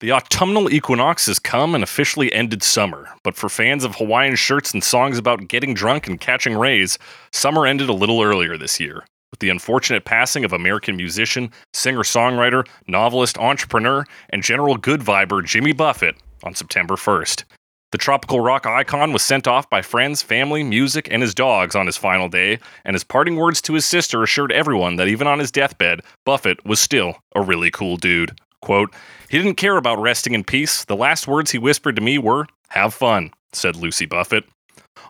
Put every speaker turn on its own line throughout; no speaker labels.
The autumnal equinox has come and officially ended summer, but for fans of Hawaiian shirts and songs about getting drunk and catching rays, summer ended a little earlier this year, with the unfortunate passing of American musician, singer songwriter, novelist, entrepreneur, and general good viber Jimmy Buffett on September 1st. The tropical rock icon was sent off by friends, family, music, and his dogs on his final day, and his parting words to his sister assured everyone that even on his deathbed, Buffett was still a really cool dude. Quote, he didn't care about resting in peace. The last words he whispered to me were, Have fun, said Lucy Buffett.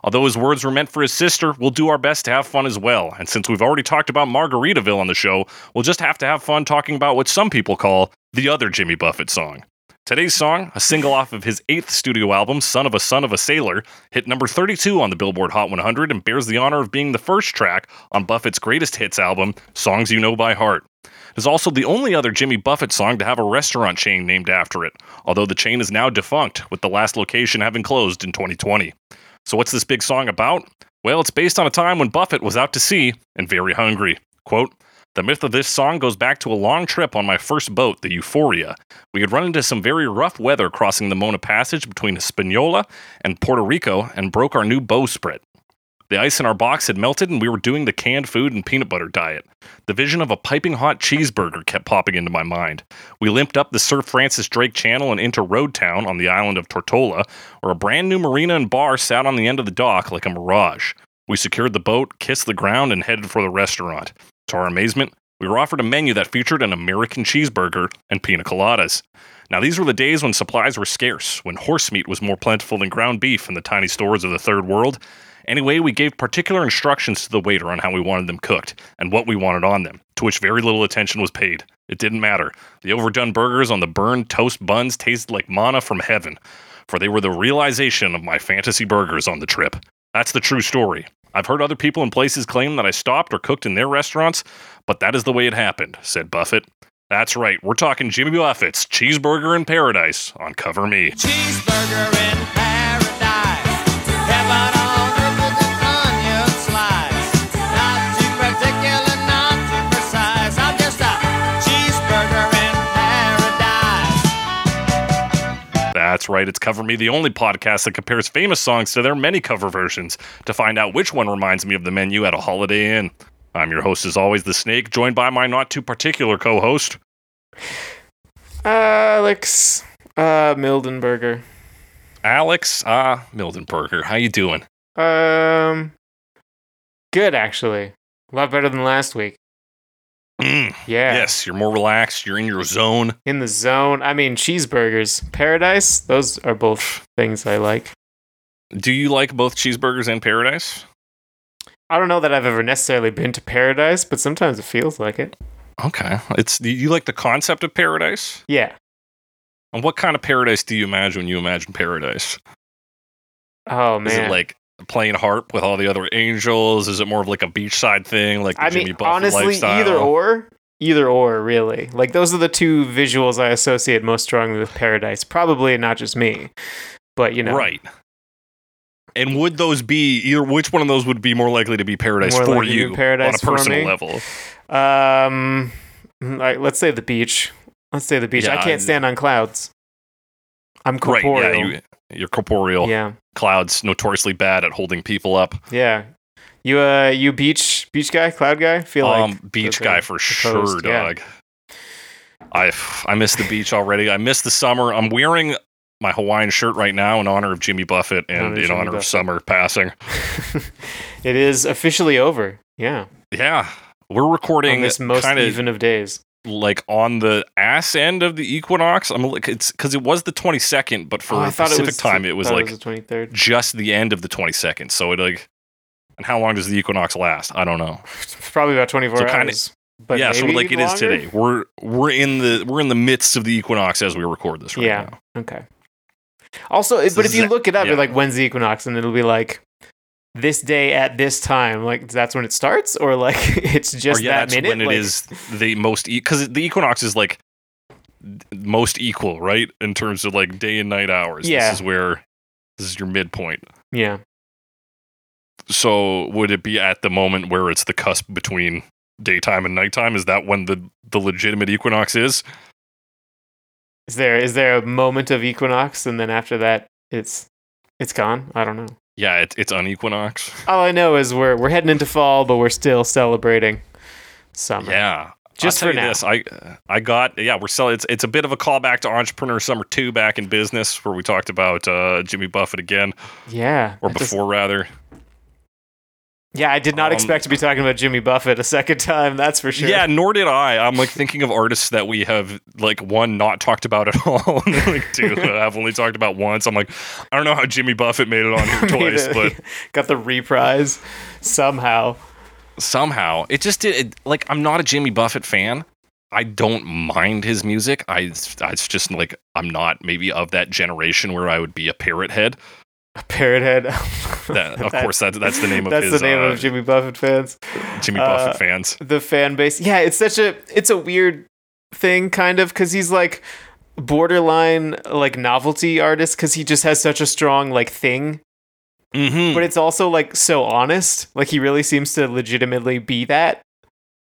Although his words were meant for his sister, we'll do our best to have fun as well. And since we've already talked about Margaritaville on the show, we'll just have to have fun talking about what some people call the other Jimmy Buffett song. Today's song, a single off of his eighth studio album, Son of a Son of a Sailor, hit number 32 on the Billboard Hot 100 and bears the honor of being the first track on Buffett's greatest hits album, Songs You Know By Heart. It is also the only other Jimmy Buffett song to have a restaurant chain named after it, although the chain is now defunct, with the last location having closed in 2020. So, what's this big song about? Well, it's based on a time when Buffett was out to sea and very hungry. Quote, the myth of this song goes back to a long trip on my first boat, the Euphoria. We had run into some very rough weather crossing the Mona Passage between Hispaniola and Puerto Rico and broke our new bowsprit. The ice in our box had melted and we were doing the canned food and peanut butter diet. The vision of a piping hot cheeseburger kept popping into my mind. We limped up the Sir Francis Drake Channel and into Road Town on the island of Tortola, where a brand new marina and bar sat on the end of the dock like a mirage. We secured the boat, kissed the ground, and headed for the restaurant. To our amazement, we were offered a menu that featured an American cheeseburger and pina coladas. Now, these were the days when supplies were scarce, when horse meat was more plentiful than ground beef in the tiny stores of the third world. Anyway, we gave particular instructions to the waiter on how we wanted them cooked and what we wanted on them, to which very little attention was paid. It didn't matter. The overdone burgers on the burned toast buns tasted like mana from heaven, for they were the realization of my fantasy burgers on the trip. That's the true story. I've heard other people and places claim that I stopped or cooked in their restaurants, but that is the way it happened, said Buffett. That's right, we're talking Jimmy Buffett's Cheeseburger in Paradise on Cover Me.
Cheeseburger in paradise. Heaven on earth with an onion slice. Not too particular, not too precise. I'm just a cheeseburger in paradise.
That's right, it's Cover Me, the only podcast that compares famous songs to their many cover versions to find out which one reminds me of the menu at a Holiday Inn. I'm your host, as always, The Snake, joined by my not too particular co host.
Alex uh, Mildenberger.
Alex uh, Mildenberger, how you doing?
Um, good actually. A lot better than last week.
Mm,
Yeah.
Yes, you're more relaxed. You're in your zone.
In the zone. I mean, cheeseburgers, paradise. Those are both things I like.
Do you like both cheeseburgers and paradise?
I don't know that I've ever necessarily been to paradise, but sometimes it feels like it.
Okay, it's you- you like the concept of paradise.
Yeah.
And what kind of paradise do you imagine when you imagine paradise?
Oh
Is
man.
it like playing harp with all the other angels? Is it more of like a beachside thing, like the
I
Jimmy
mean,
Buffett
honestly,
lifestyle?
either or, either or, really. Like those are the two visuals I associate most strongly with paradise. Probably not just me, but you know,
Right. And would those be either? Which one of those would be more likely to be paradise
More
for
likely to be
you
paradise for
on a personal
me?
level?
Um, like, let's say the beach. Let's say the beach.
Yeah,
I can't
I-
stand on clouds. I'm corporeal.
Right. Yeah. You, you're corporeal.
yeah,
Clouds notoriously bad at holding people up.
yeah. You uh, you beach beach guy, cloud guy. Feel
um,
like
beach
the-
guy
the-
for
the
sure,
coast, yeah.
dog. I I miss the beach already. I miss the summer. I'm wearing my Hawaiian shirt right now in honor of Jimmy Buffett and
Honor
in
Jimmy
honor of
Buffett.
summer passing.
it is officially over. Yeah,
Yeah, we're recording
on this most
kind of
even of days.
like on the ass end of the equinox. I'm like it's because it was the 22nd, but for
Oh, I thought
Pacific
it was
time, it was
thought
like
it was the twenty third.
just the end of the 22nd. So it like. And how long does the equinox last? I don't know.
It's probably about 24
So kinda-
hours. But
yeah, so
maybe
like it is
longer?
today. We're we're in the we're in the midst of the equinox as we record this right
Yeah.
now.
Okay. Also,
So
but
this
if you
is-
look it up,
yeah.
you're like, when's the equinox? And it'll be like, this day at this time. Like, that's when it starts? Or like, it's just
or yeah,
that
that's
minute?
when it
Like,
is the most because the equinox is like th- most equal, right? In terms of like day and night hours.
Yeah.
This is where this is your midpoint.
Yeah.
So would it be at the moment where it's the cusp between daytime and nighttime? Is that when the the legitimate equinox is?
Is there is there a moment of equinox and then after that it's it's gone? I don't know.
Yeah, it, it's on equinox.
All I know is we're we're heading into fall, but we're still celebrating summer.
Yeah.
Just
I'll
for
tell you
now.
this, I I got yeah we're selling it's it's a bit of a callback to Entrepreneur Summer Two back in business where we talked about uh, Jimmy Buffett again
Yeah.
or
I just-
before rather
yeah, I did not
Um,
expect to be talking about Jimmy Buffett a second time. That's for sure.
Yeah, nor did I. I'm like thinking of artists that we have like one not talked about at all, and then, like two that I've only talked about once. I'm like, I don't know how Jimmy Buffett made it on here twice, but
got the reprise somehow.
somehow it just did. It, like, I'm not a Jimmy Buffett fan. I don't mind his music. I, I it's just like I'm not maybe of that generation where I would be a parrot head.
A parrot head.
That, of course, that that's the name of
that's
his
the name
uh,
of Jimmy Buffett fans.
Jimmy
uh,
Buffett fans.
the fan base. Yeah, it's such a it's a weird thing kind of cuz he's like borderline like novelty artist cuz he just has such a strong like thing,
Mm-hmm.
but it's also like so honest. Like he really seems to legitimately be that.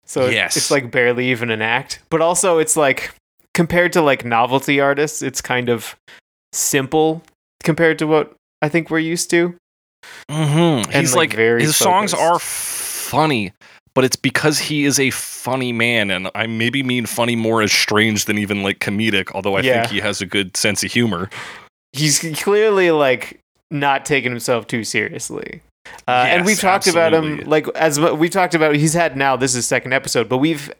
So it-
Yes.
it's like barely even an act, but also it's like compared to like novelty artists, it's kind of simple compared to what I think we're used to.
Mm-hmm.
and,
He's
like,
like,
very
his songs
focused.
are funny, but it's because he is a funny man, and I maybe mean funny more as strange than even like comedic. Although I
Yeah.
think he has a good sense of humor.
he's clearly like not taking himself too seriously. Uh, and
Yes,
we've talked about him
absolutely.
like as mu- we've talked about he's had now this is second episode, but we've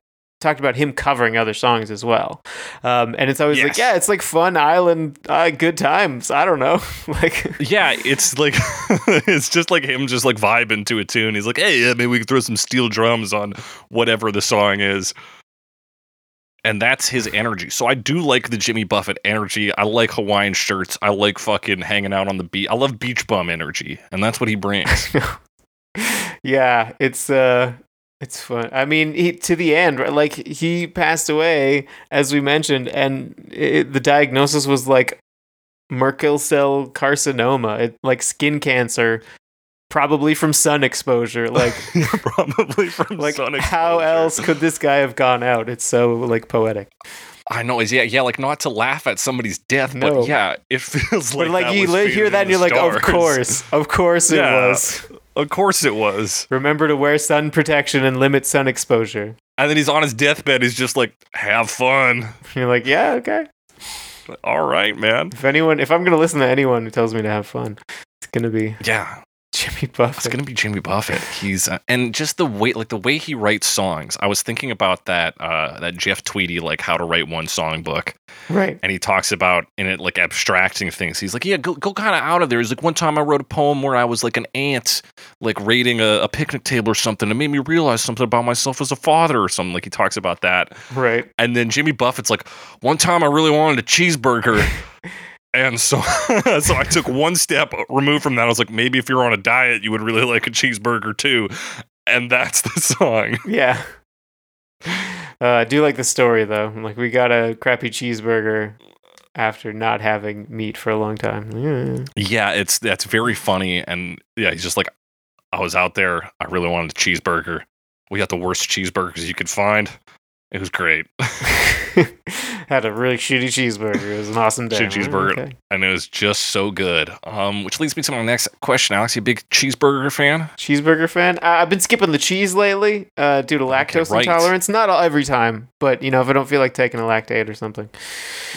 talked about him covering other songs as well. Um, and it's always like
Yes.
yeah, it's like fun island, uh, good times. I don't know, like
Yeah, it's like it's just like him just like vibing to a tune. He's like, hey, yeah, maybe we can throw some steel drums on whatever the song is. And that's his energy. So I do like the Jimmy Buffett energy. I like Hawaiian shirts. I like fucking hanging out on the beach. I love beach bum energy, and that's what he brings.
yeah, it's uh it's fun. I mean, he, to the end, right? Like he passed away as we mentioned and it, the diagnosis was like Merkel cell carcinoma, it, like skin cancer probably from sun exposure. Like
probably from
like
Sonic.
how
Adventure.
else could this guy have gone out? It's so like poetic.
I know. Is yeah, yeah. Like not to laugh at somebody's death,
No.
but yeah, it feels like.
but like
that
you
was
li-
faded
hear that and
into
you're like,
stars."
of course. Of course it
Yeah.
was.
of course it was.
Remember to wear sun protection and limit sun exposure.
And then he's on his deathbed. He's just like, "Have fun."
You're like, yeah, okay.
Like, All right, man.
If anyone, if I'm gonna listen to anyone who tells me to have fun, it's gonna be
Yeah,
Jimmy
it's
Buffett.
gonna be Jimmy Buffett. He's uh, and just the way, like the way he writes songs. I was thinking about that uh, that Jeff Tweedy, like how to write one song book.
right.
and he talks about in it like abstracting things. He's like, yeah, go, go kind of out of there. He's like, one time I wrote a poem where I was like an ant, like raiding a, a picnic table or something. It made me realize something about myself as a father or something. Like he talks about that.
Right.
And then Jimmy Buffett's like, one time I really wanted a cheeseburger. And so, so I took one step removed from that. I was like, maybe if you're on a diet, you would really like a cheeseburger too. And that's the song.
Yeah. Uh, I do like the story though. Like we got a crappy cheeseburger after not having meat for a long time. Yeah.
Yeah, it's that's very funny, and yeah, he's just like, I was out there, I really wanted a cheeseburger. We got the worst cheeseburgers you could find. It was great,
Had a really shitty cheeseburger. It was an awesome day. Mm,
Shitty cheeseburger.
Okay.
and it was just so good. Um, which leads me to my next question, Alex. You a big cheeseburger fan?
Cheeseburger fan. Uh, I've been skipping the cheese lately uh, due to
Okay,
lactose
right.
intolerance. Not all, every time, but you know, if I don't feel like taking a lactate or something.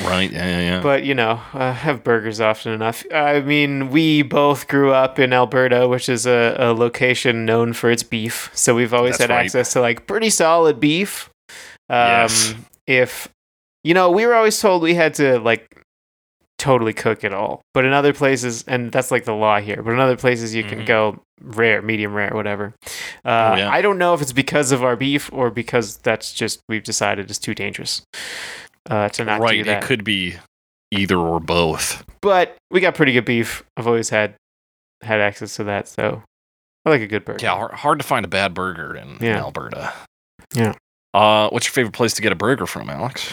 Right? Yeah, yeah. yeah.
but you know, uh, have burgers often enough. I mean, we both grew up in Alberta, which is a, a location known for its beef, so we've always
That's
had
right.
access to like pretty solid beef. Um,
Yes.
If you know, we were always told we had to like totally cook it all, but in other places, and that's like the law here. But in other places, you can
Mhm.
go rare, medium rare, whatever. Uh,
Oh, yeah.
I don't know if it's because of our beef or because that's just we've decided it's too dangerous uh, to not do
right.
that
It could be either or both.
but we got pretty good beef. I've always had had access to that, so I like a good burger.
Yeah, har- hard to find a bad burger in, in
Yeah.
Alberta.
Yeah.
Uh, what's your favorite place to get a burger from, Alex?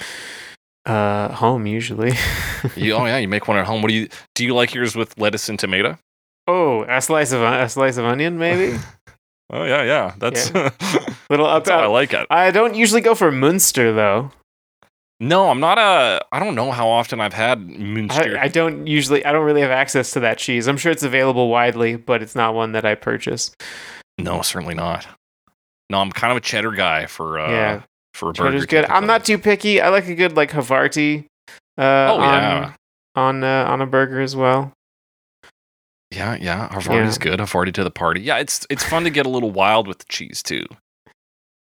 Uh, home usually.
You, oh yeah, you make one at home. What do you do? You like yours with lettuce and tomato?
oh, a slice of on- a slice of onion, maybe.
Oh yeah, yeah. That's
Little up.
that's how I
up.
like it.
I don't usually go for Munster though.
No, I'm not a. I don't know how often I've had Munster.
I, I don't usually, I don't really have access to that cheese. I'm sure it's available widely, but it's not one that I purchase.
no, certainly not. No, I'm kind of a cheddar guy for uh,
Yeah.
for a burger.
Cheddar's good.
type of
I'm not
thing.
too picky. I like a good like Havarti. Uh,
Oh
on,
yeah,
on uh, on a burger as well.
yeah, yeah. Havarti's good. Havarti to the party. Yeah, it's it's fun to get a little wild with the cheese too.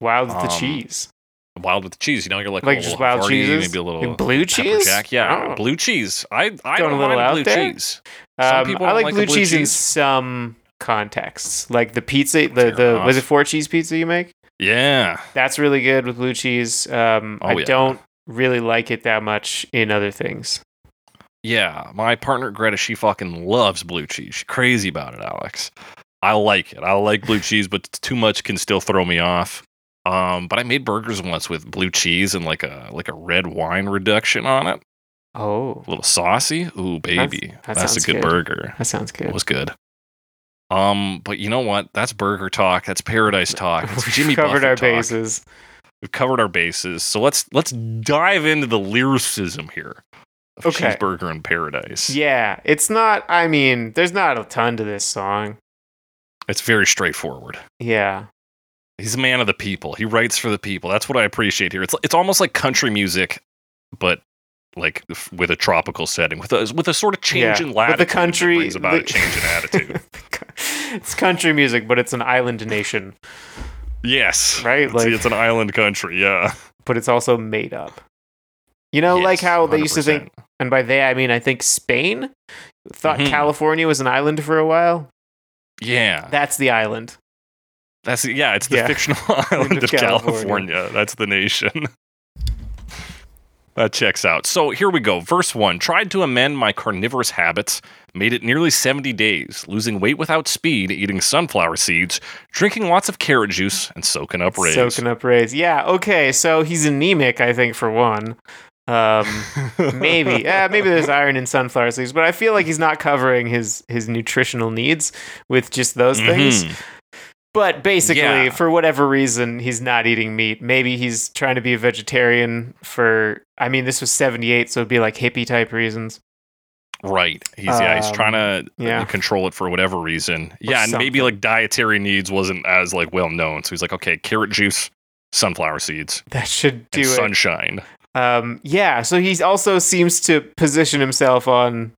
Wild with the
Um,
cheese,
Wild with the cheese, you know, you're like,
like
a
just
little
wild
Havarti,
cheeses,
maybe a little
Like blue
pepper
cheese.
jack. Yeah,
Oh.
blue cheese. I I
Going a
don't
little
mind
out
blue
there?
cheese. Some
Um,
people
I
don't
like
like
blue,
the blue
cheese, in
cheese.
some contexts, like the pizza. The
Fair
the was it
enough.
four cheese pizza you make?
Yeah,
That's really good with blue cheese. Um,
Oh,
I
yeah.
don't really like it that much in other things.
yeah. My partner Greta, she fucking loves blue cheese. She's crazy about it, Alex. I like it. I like blue cheese, but too much can still throw me off. Um, but I made burgers once with blue cheese and like a like a red wine reduction on it.
Oh,
A little saucy. Ooh, baby.
that
That's a
sounds
good,
good.
burger.
that sounds
It
good.
was good. Um, but you know what? That's burger talk. That's paradise talk. It's Jimmy
We've covered
Buffett
our
talk.
bases.
We've covered our bases. So let's let's dive into the lyricism here. Of
Okay.
Cheeseburger in paradise.
Yeah, it's not. I mean, there's not a ton to this song.
It's very straightforward.
Yeah,
He's a man of the people. He writes for the people. That's what I appreciate here. It's it's almost like country music, but like f- with a tropical setting, with a with a sort of change
yeah.
in
But
latitude.
the
that
country
brings about
the-
a change in attitude.
it's country music, but it's an island nation,
yes,
Right,
It's-
like-
it's an island country. Yeah.
but it's also made up. You know, like
Yes,
how they used to think
100%.
and by they I mean I think Spain thought
Mhm.
California was an island for a while.
Yeah,
That's the island.
that's yeah. It's the
Yeah.
fictional island
of
of
California.
California. That's the nation. that checks out. So here we go. Verse one: Tried to amend my carnivorous habits. Made it nearly seventy days, losing weight without speed, eating sunflower seeds, drinking lots of carrot juice, and soaking up rays.
Soaking up rays. Yeah, okay. So he's anemic, I think, for one. Um maybe. yeah, maybe there's iron in sunflower seeds, but I feel like he's not covering his his nutritional needs with just those things.
Mhm.
But basically,
Yeah.
for whatever reason, he's not eating meat. Maybe he's trying to be a vegetarian for I mean, this was 78, so it'd be like hippie type reasons.
Right. He's yeah. He's
Um,
trying to
yeah.
control it for whatever reason. yeah, and maybe
something.
like dietary needs wasn't as like well known. So he's like, okay, carrot juice, sunflower seeds,
That should do
and
it.
sunshine.
Um, yeah, so he also seems to position himself on.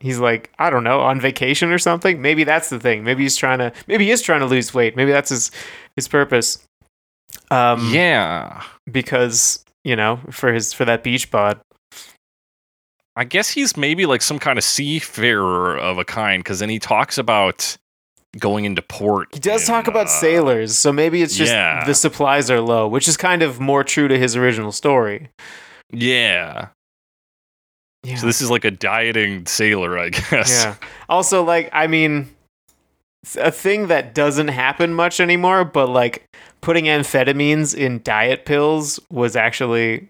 He's like, I don't know, on vacation or something. Maybe that's the thing. Maybe he's trying to. Maybe he is trying to lose weight. Maybe that's his his purpose. Um,
yeah.
because you know, for his for that beach bod.
I guess he's maybe like some kind of seafarer of a kind, because then he talks about going into port.
He does
in,
talk about
uh,
sailors, so maybe it's just
yeah.
the supplies are low, which is kind of more true to his original story.
Yeah.
Yeah.
So this is like a dieting sailor, I guess.
Yeah. Also, like, I mean, it's a thing that doesn't happen much anymore, but like putting amphetamines in diet pills was actually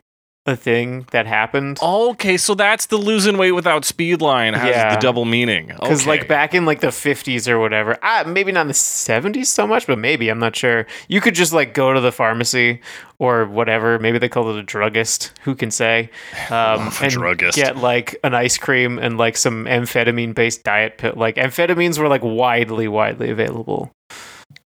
a thing that happened.
Oh, Okay, so that's the losing weight without speed line has
Yeah.
the double meaning.
Because
Because
like back in like the fifties or whatever, ah, maybe not in the seventies so much, but maybe I'm not sure. You could just like go to the pharmacy or whatever. Maybe they called it a druggist. Who can say? Um,
Love a druggist.
get like an ice cream and like some amphetamine based diet pill. Like amphetamines were like widely, widely available.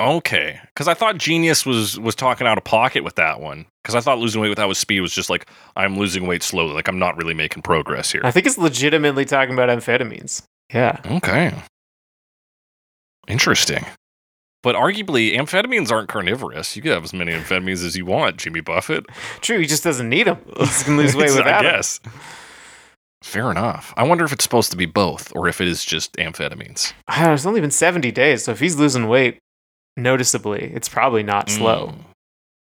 Okay, because I thought Genius was was talking out of pocket with that one. Because I thought losing weight without speed was just like I'm losing weight slowly, like I'm not really making progress here.
I think it's legitimately talking about amphetamines. Yeah.
Okay, interesting. But arguably, amphetamines aren't carnivorous. You could have as many amphetamines as you want, Jimmy Buffett.
True. He just doesn't need them. He can lose weight
It's- I
without 'em.
guess. Fair enough. I wonder if it's supposed to be both, or if it is just amphetamines.
I don't know, It's Ah, only been 70 days. So if he's losing weight noticeably, it's probably not slow.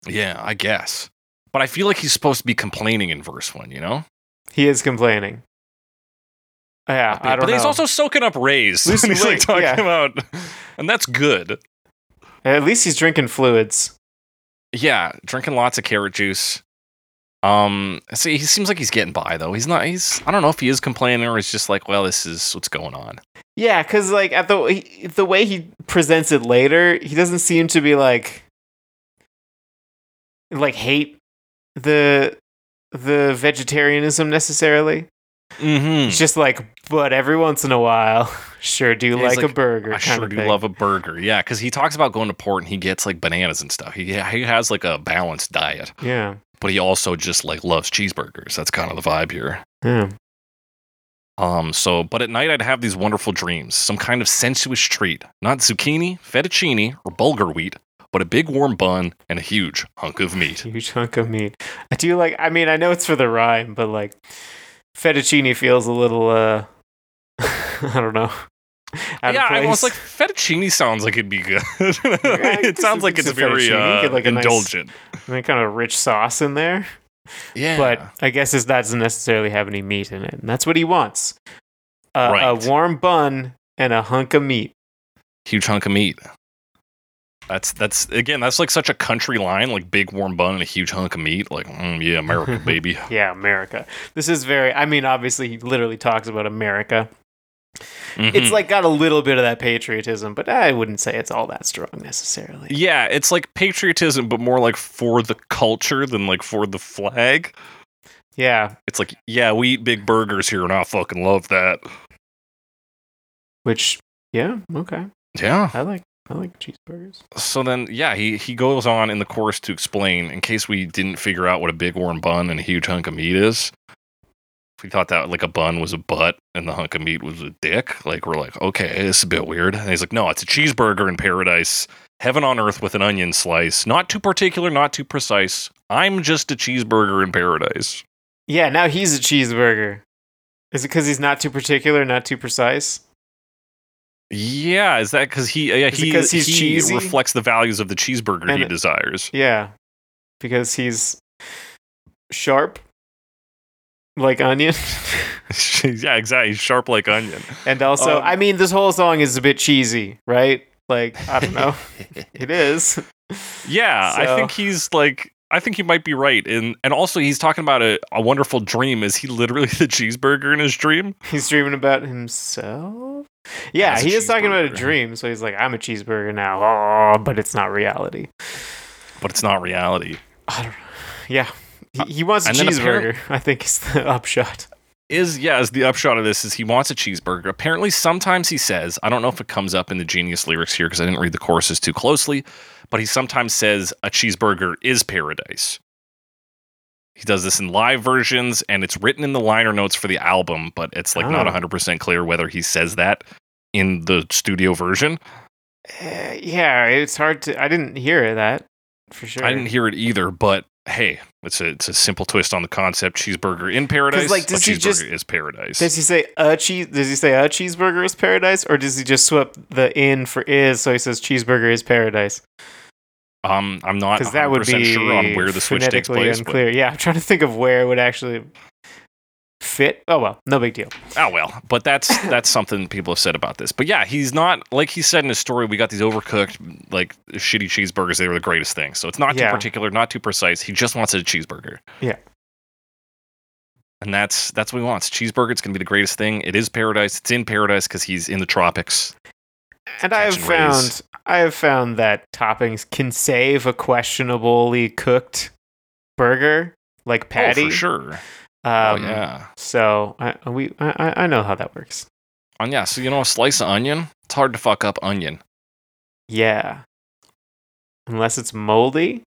Mm. Yeah, I guess. But I feel like he's supposed to be complaining in verse one. You know.
He is complaining. Yeah. I don't
but
know.
he's also soaking up rays.
Losing
and he's
weight,
like talking
yeah.
about, and that's good.
At least he's drinking fluids.
Yeah, drinking lots of carrot juice. Um, see, he seems like he's getting by though. He's not. He's. I don't know if he is complaining or he's just like, well, this is what's going on.
Yeah. Cause like at the, he, the way he presents it later, he doesn't seem to be like, like hate the, the vegetarianism necessarily.
Mm-hmm.
It's just like, but every once in a while, sure do
Yeah, he's
like, a
like,
burger.
I
kind
sure
of
do
thing.
love a burger. Yeah, because he talks about going to port and he gets like bananas and stuff. He, he has like a balanced diet,
Yeah.
but he also just like loves cheeseburgers. That's kind of the vibe here.
Yeah.
Um, so, but at night I'd have these wonderful dreams, some kind of sensuous treat, not zucchini, fettuccine, or bulgur wheat, but a big warm bun and a huge hunk of meat.
Huge hunk of meat. I do like. I mean, I know it's for the rhyme, but like, fettuccine feels a little. uh I don't know. Out
yeah,
of
I was like,
place.
fettuccine sounds like it'd be good. it
it's-
sounds like
it's
it's
a
very
fettuccine. You
uh,
get, like, a nice-
indulgent.
I mean, kind of rich sauce in there,
Yeah,
but I guess it doesn't necessarily have any meat in it, and that's what he wants. Uh,
Right.
A warm bun and a hunk of meat.
huge hunk of meat. That's that's again, that's like such a country line, like big warm bun and a huge hunk of meat. Like, mm, yeah, America, baby.
Yeah, America. This is very. I mean, obviously, he literally talks about America. It's
Mhm.
like got a little bit of that patriotism, but I wouldn't say it's all that strong necessarily.
yeah, it's like patriotism, but more like for the culture than like for the flag.
Yeah,
It's like, yeah, we eat big burgers here, and I fucking love that.
which yeah, okay.
Yeah.
I like I like cheeseburgers.
So then, yeah, he he goes on in the chorus to explain, in case we didn't figure out what a big warm bun and a huge hunk of meat is. If we thought that like a bun was a butt and the hunk of meat was a dick, like we're like, okay, this is a bit weird. And he's like, no, it's a cheeseburger in paradise, heaven on earth with an onion slice. Not too particular, not too precise. I'm just a cheeseburger in paradise.
Yeah, now he's a cheeseburger. Is it because he's not too particular, not too precise?
Yeah, is that because he? Yeah,
Is it
he
'cause he's
he
cheesy?
reflects the values of the cheeseburger
And
he
it-
desires.
Yeah, because he's sharp, like onion,
yeah, exactly. He's sharp like onion.
and also
Um,
I mean this whole song is a bit cheesy, right? Like I don't know, it is.
Yeah,
So-
I think he's like. I think you might be right, and and also he's talking about a, a wonderful dream. Is he literally the cheeseburger in his dream?
He's dreaming about himself. Yeah,
As a
he is talking about a
cheeseburger.
dream, so he's like, "I'm a cheeseburger now," oh, but it's not reality.
But it's not reality.
I don't know. Yeah. He, he wants a
Uh, and then
cheeseburger,
apparent-
I think is the upshot.
Is yeah, is the upshot of this is he wants a cheeseburger. Apparently, sometimes he says, I don't know if it comes up in the genius lyrics here because I didn't read the choruses too closely, but he sometimes says a cheeseburger is paradise. He does this in live versions, and it's written in the liner notes for the album, but it's like not
Oh.
100% clear whether he says that in the studio version.
Uh, yeah, it's hard to. I didn't hear that for sure.
I didn't hear it either, but hey, it's a it's a simple twist on the concept cheeseburger in paradise.
like,
a
does he
cheeseburger
just-
is paradise.
Does he say a cheese? Does he say a cheeseburger is paradise, or does he just swap the in for is? So he says cheeseburger is paradise
um, I'm not
because that would
100%
be
sure on where the switch takes
phonetically
place. But,
Unclear. Yeah, I'm trying to think of where it would actually fit. Oh well, no big deal.
oh well, but that's that's something people have said about this. But yeah, he's not like he said in his story. We got these overcooked, like shitty cheeseburgers. They were the greatest thing. So it's not
Yeah.
too particular, not too precise. He just wants a cheeseburger.
Yeah.
And that's that's what he wants. Cheeseburger. It's gonna be the greatest thing. It is paradise. It's in paradise because he's in the tropics.
And I have
Catch and raise.
found I have found that toppings can save a questionably cooked burger like patty.
Oh, for sure.
Um,
oh yeah.
So I we I, I- I know how that works.
On yeah, so you know a slice of onion? It's hard to fuck up onion.
Yeah. Unless it's moldy,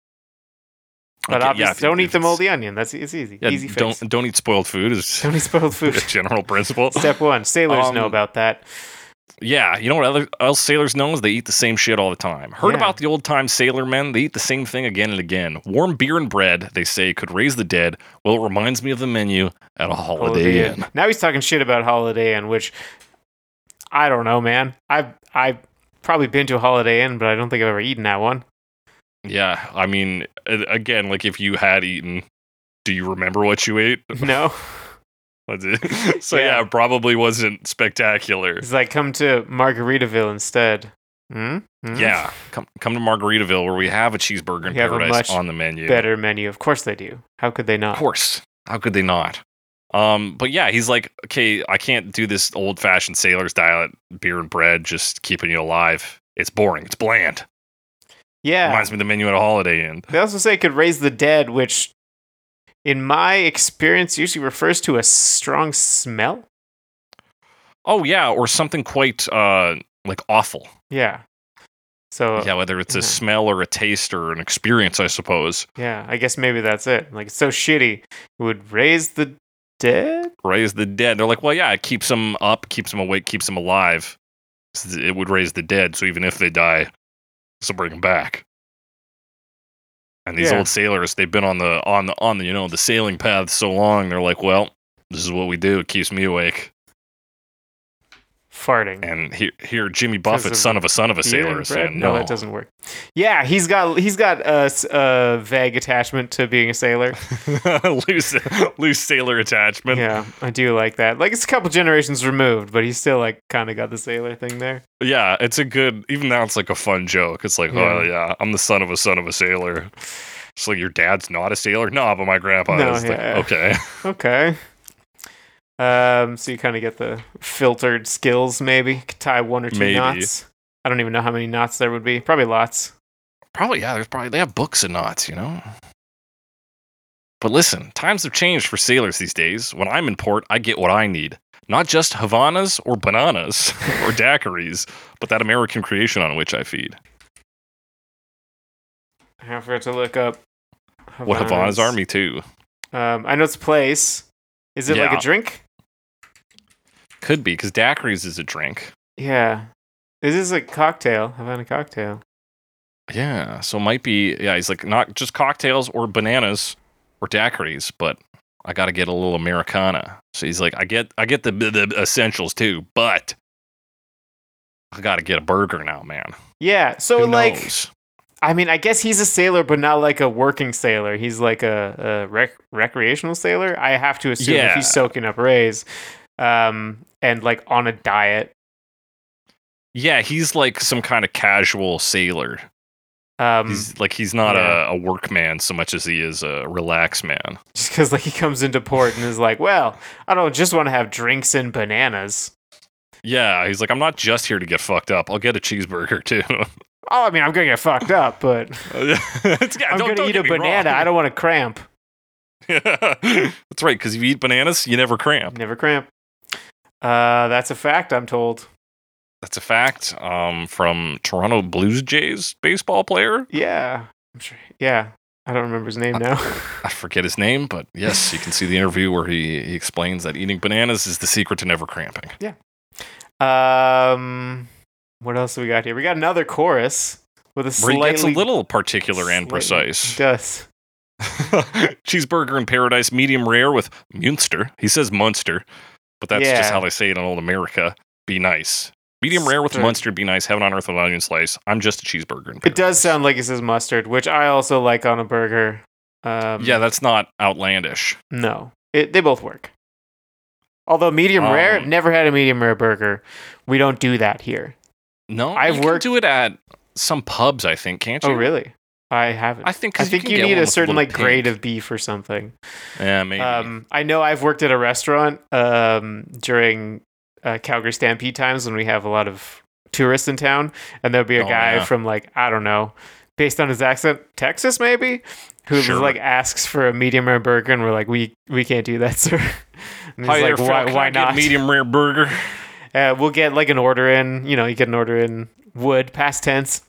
but
Okay, yeah,
obviously
if you-
don't eat
if
the
it's-
moldy onion. That's e, it's easy.
yeah,
easy fix.
don't
Don't,
don't eat spoiled food is
eat spoiled
a
food.
general principle.
Step one. Sailors know
Um,
about that.
Yeah, you know what other, else sailors know is they eat the same shit all the time. Heard
Yeah.
about the old time sailor men? They eat the same thing again and again. Warm beer and bread, they say, could raise the dead. Well, it reminds me of the menu at a Holiday,
Holiday
Inn.
Inn. Now he's talking shit about Holiday Inn, which I don't know, man. I've I've probably been to a Holiday Inn, but I don't think I've ever eaten that one.
Yeah, I mean, a- again, like if you had eaten, do you remember what you ate?
No.
That's it. so
Yeah.
yeah, it probably wasn't spectacular.
He's like, come to Margaritaville instead. Hmm? Hmm?
Yeah, come come to Margaritaville where we have a cheeseburger in
We have a
paradise
much
on the menu.
Better menu. Of course they do. How could they
Of
not?
course. How could they not? Um, but yeah, he's like, okay, I can't do this old fashioned sailor's diet, beer and bread, just keeping you alive. It's boring. It's bland.
Yeah.
Reminds me of the menu at a Holiday Inn.
They also say it could raise the dead, which in my experience, usually refers to a strong smell.
Oh yeah, or something quite uh like awful.
Yeah. So
yeah, whether it's a
yeah.
smell or a taste or an experience, I suppose.
Yeah, I guess maybe that's it. Like it's so shitty. It would raise the dead?
Raise the dead. They're like, well, yeah, it keeps them up, keeps them awake, keeps them alive. It would raise the dead, so even if they die, this will bring them back. And these
Yeah.
old sailors, they've been on the on the on the you know the sailing path so long. They're like, well, this is what we do. It keeps me awake.
Farting.
And here, here, Jimmy
'Cause
Buffett,
of
son of a son of a
Beer
sailor,
and
is
bread?
saying,
no,
no,
that doesn't work. Yeah, he's got he's got a, s- a vague attachment to being a sailor.
loose, loose sailor attachment.
yeah, I do like that. Like it's a couple generations removed, but he's still like kind of got the sailor thing there.
Yeah, it's a good. Even now, it's like a fun joke. It's like,
Yeah.
oh yeah, I'm the son of a son of a sailor. It's like your dad's not a sailor. No, but my grandpa
No,
is. Like,
yeah.
okay,
Okay. Um, so you kind of get the filtered skills. Maybe could tie one or two
Maybe.
knots. I don't even know how many knots there would be. Probably lots.
probably yeah. There's probably they have books and knots, you know. But listen, times have changed for sailors these days. When I'm in port, I get what I need. Not just Havanas or bananas or daiquiris, but that American creation on which I feed.
I forgot to look up
What Havanas are, me too.
Um, I know it's a place. Is it like
Yeah.
a drink?
Could be, because daiquiris is a drink.
Yeah. This is a cocktail. Havana cocktail.
Yeah, so it might be. Yeah, he's like not just cocktails or bananas or daiquiris, but I got to get a little Americana. So he's like, I get, I get the the essentials too, but I got to get a burger now, man.
Yeah. So
Who
like,
knows?
I mean, I guess he's a sailor, but not like a working sailor. He's like a, a rec- recreational sailor. I have to assume if
Yeah.
he's soaking up rays, um, and like on a diet.
yeah, he's like some kind of casual sailor.
Um,
He's like he's not
yeah.
a, a workman so much as he is a relaxed man.
just because like he comes into port and is like, well, I don't just want to have drinks and bananas.
Yeah, he's like I'm not just here to get fucked up. I'll get a cheeseburger too.
Oh, I mean, I'm gonna get fucked up, but
It's- yeah,
I'm
don't-
gonna
don't
eat
get
a
me wrong.
banana. I don't want to cramp.
That's right, because if you eat bananas, you never cramp.
Never cramp. Uh, that's a fact. I'm told.
That's a fact um, from Toronto Blues Jays baseball player.
Yeah, I'm sure. Yeah, I don't remember his
Uh,
name now.
I forget his name, but yes, you can see the interview where he, he explains that eating bananas is the secret to never cramping.
um, what else do we got here? We got another chorus with a
Where he gets a
slightly
little particular and
slightly-
precise.
Does
Cheeseburger in paradise, medium rare with Munster. He says Munster, but that's
Yeah.
just how they say it in old America. Be nice. Medium rare with
Sure.
Munster, be nice. Heaven on earth with an onion slice. I'm just a cheeseburger. In
it does
paradise.
sound like it says mustard, which I also like on a burger. Um,
Yeah, that's not outlandish.
no, it, they both work. Although medium rare,
Um,
never had a medium rare burger. We don't do that here.
No,
I've
I've you
worked-
can do it at some pubs. I think can't you?
Oh, really? I haven't.
I think 'cause
I think
can
you,
get
need
one
a
with
certain
little
like grade
pink.
of beef or something.
yeah maybe
Um, I know I've worked at a restaurant um, during uh, Calgary Stampede times when we have a lot of tourists in town, and there'll be a
Oh,
guy
yeah.
from like I don't know, based on his accent, Texas maybe, who
Sure.
was like asks for a medium rare burger, and we're like, we we can't do that, sir. And he's
Hi there,
like,
Phil,
why,
can
why
I get
not?
medium rare burger?
Uh, we'll get like an order in. You know, you get an order in wood past tense.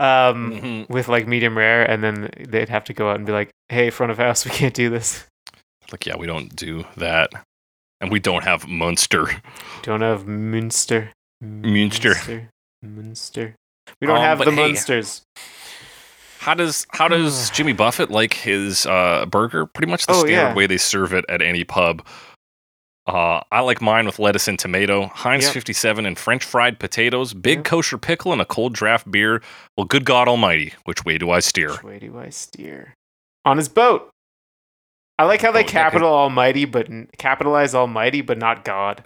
Um,
Mhm.
With like medium rare, and then they'd have to go out and be like, "Hey, front of house, we can't do this.
Like yeah, we don't do that, and we don't have Munster.
Don't have Munster.
Munster.
Munster. Munster. We don't
Um,
have
but
the
hey.
Munsters.
How does how does Jimmy Buffett like his uh, burger? Pretty much the
Oh,
standard
yeah.
way they serve it at any pub. Uh, I like mine with lettuce and tomato, Heinz
Yep.
57 and French fried potatoes, big
Yep.
kosher pickle, and a cold draft beer. Well, good God Almighty, which way do I steer?
Which way do I steer? On his boat. I like how they
Boat, yeah, 'cause-
capital Almighty, but n- capitalize Almighty, but not God.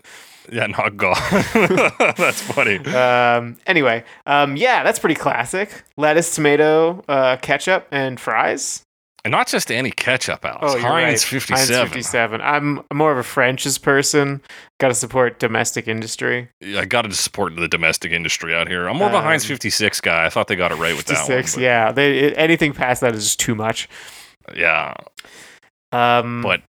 Yeah, not God. That's funny.
Um, anyway, um, yeah, that's pretty classic. Lettuce, tomato, uh, ketchup, and fries.
And not just any ketchup, Alex.
Oh, you're
Heinz
right.
57.
Heinz 57. I'm more of a French's person. Got to support domestic industry.
I got to support the domestic industry out here. I'm more of a Heinz
Um,
56 guy. I thought they got it right with that one.
56,
but
yeah. They, it, anything past that is just too much.
Yeah.
Um,
But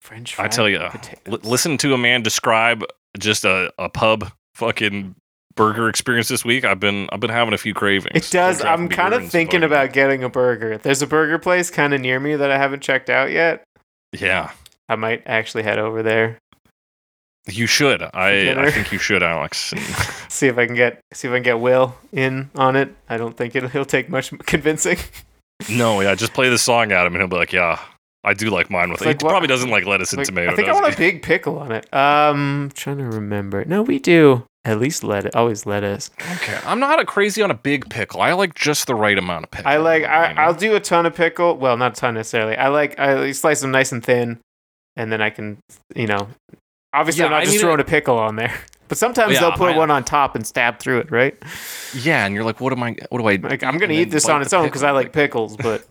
French
I
fried
tell you,
potatoes.
L- listen to a man describe just a, a pub fucking burger experience this week. I've been I've been having a few cravings.
It does.
Cold draft
I'm
beer
kind
and
of
some
thinking
fucking-
about getting a burger. There's a burger place kind of near me that I haven't checked out yet.
Yeah,
I might actually head over there.
you should. I I
dinner.
think you should, Alex.
See if I can get see if I can get Will in on it. I don't think it'll, it'll take much convincing.
no, yeah, just play the song at him, and he'll be like, "Yeah, I do like mine with."
It's like,
he
what-
probably doesn't like lettuce and
Like,
tomato.
I think I
does he?
want a big pickle on it. Um, trying to remember. No, we do at least lettuce. Always lettuce.
Okay, I'm not a crazy on a big pickle. I like just the right amount of pickle.
I like. I,
you know?
I'll do a ton of pickle. Well, not a ton necessarily. I like. I slice them nice and thin, and then I can, you know, obviously
Yeah,
I'm not
I
just
mean,
throwing a pickle on there. But sometimes
Yeah,
they'll put
I-
one on top and stab through it, right?
Yeah, and you're like, what am I? What do I?
Like I'm gonna
and
eat
then
this
bite
on
the
its own because I
pickle.
like pickles, but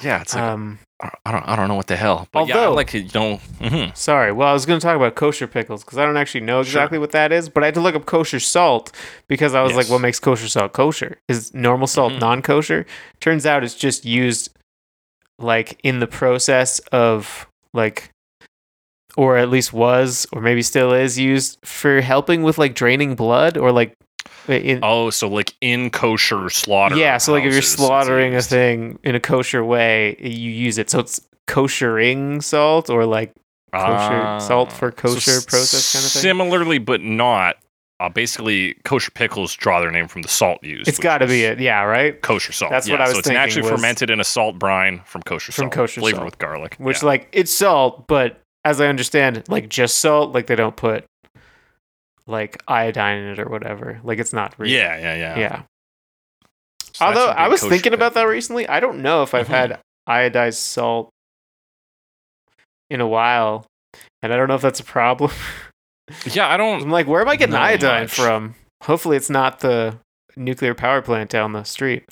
Yeah, it's like
um,
I- I don't. I don't know what the hell. But yeah, I
Although-
like it. You know. mhm.
sorry. Well, I was gonna talk about kosher pickles because I don't actually know exactly what that is, but I had to look up kosher salt because I was like,
Yes.
what makes kosher salt kosher? Is normal salt
Mhm.
non-kosher? Turns out it's just used like in the process of like or at least was or maybe still is used for helping with like draining blood or like in,
Oh, so like in kosher slaughter.
Yeah, so like if you're
houses, it's
slaughtering a
used.
thing in a kosher way, you use it. So it's koshering salt or like kosher
Ah.
salt for
So
kosher
s-
process kind of thing?
Similarly, but not. Uh, basically, kosher pickles draw their name from the salt used.
it's
which
got to be
is
it. Yeah, right?
Kosher salt.
That's
yeah,
what I was
So it's
thinking
naturally
was-
fermented in a salt brine from kosher
From
salt,
kosher
flavored
salt.
with garlic.
Which
yeah.
like it's salt, but as I understand, like just salt, like they don't put like iodine in it or whatever. Like it's not real.
yeah, yeah, yeah.
Yeah.
So that's
Although
a big
I was
kosher
thinking about that
pickle.
recently. I don't know if I've
Mhm.
had iodized salt in a while. And I don't know if that's a problem.
Yeah, I don't.
I'm like, where am I getting
Not
iodine
much.
from? Hopefully, it's not the nuclear power plant down the street.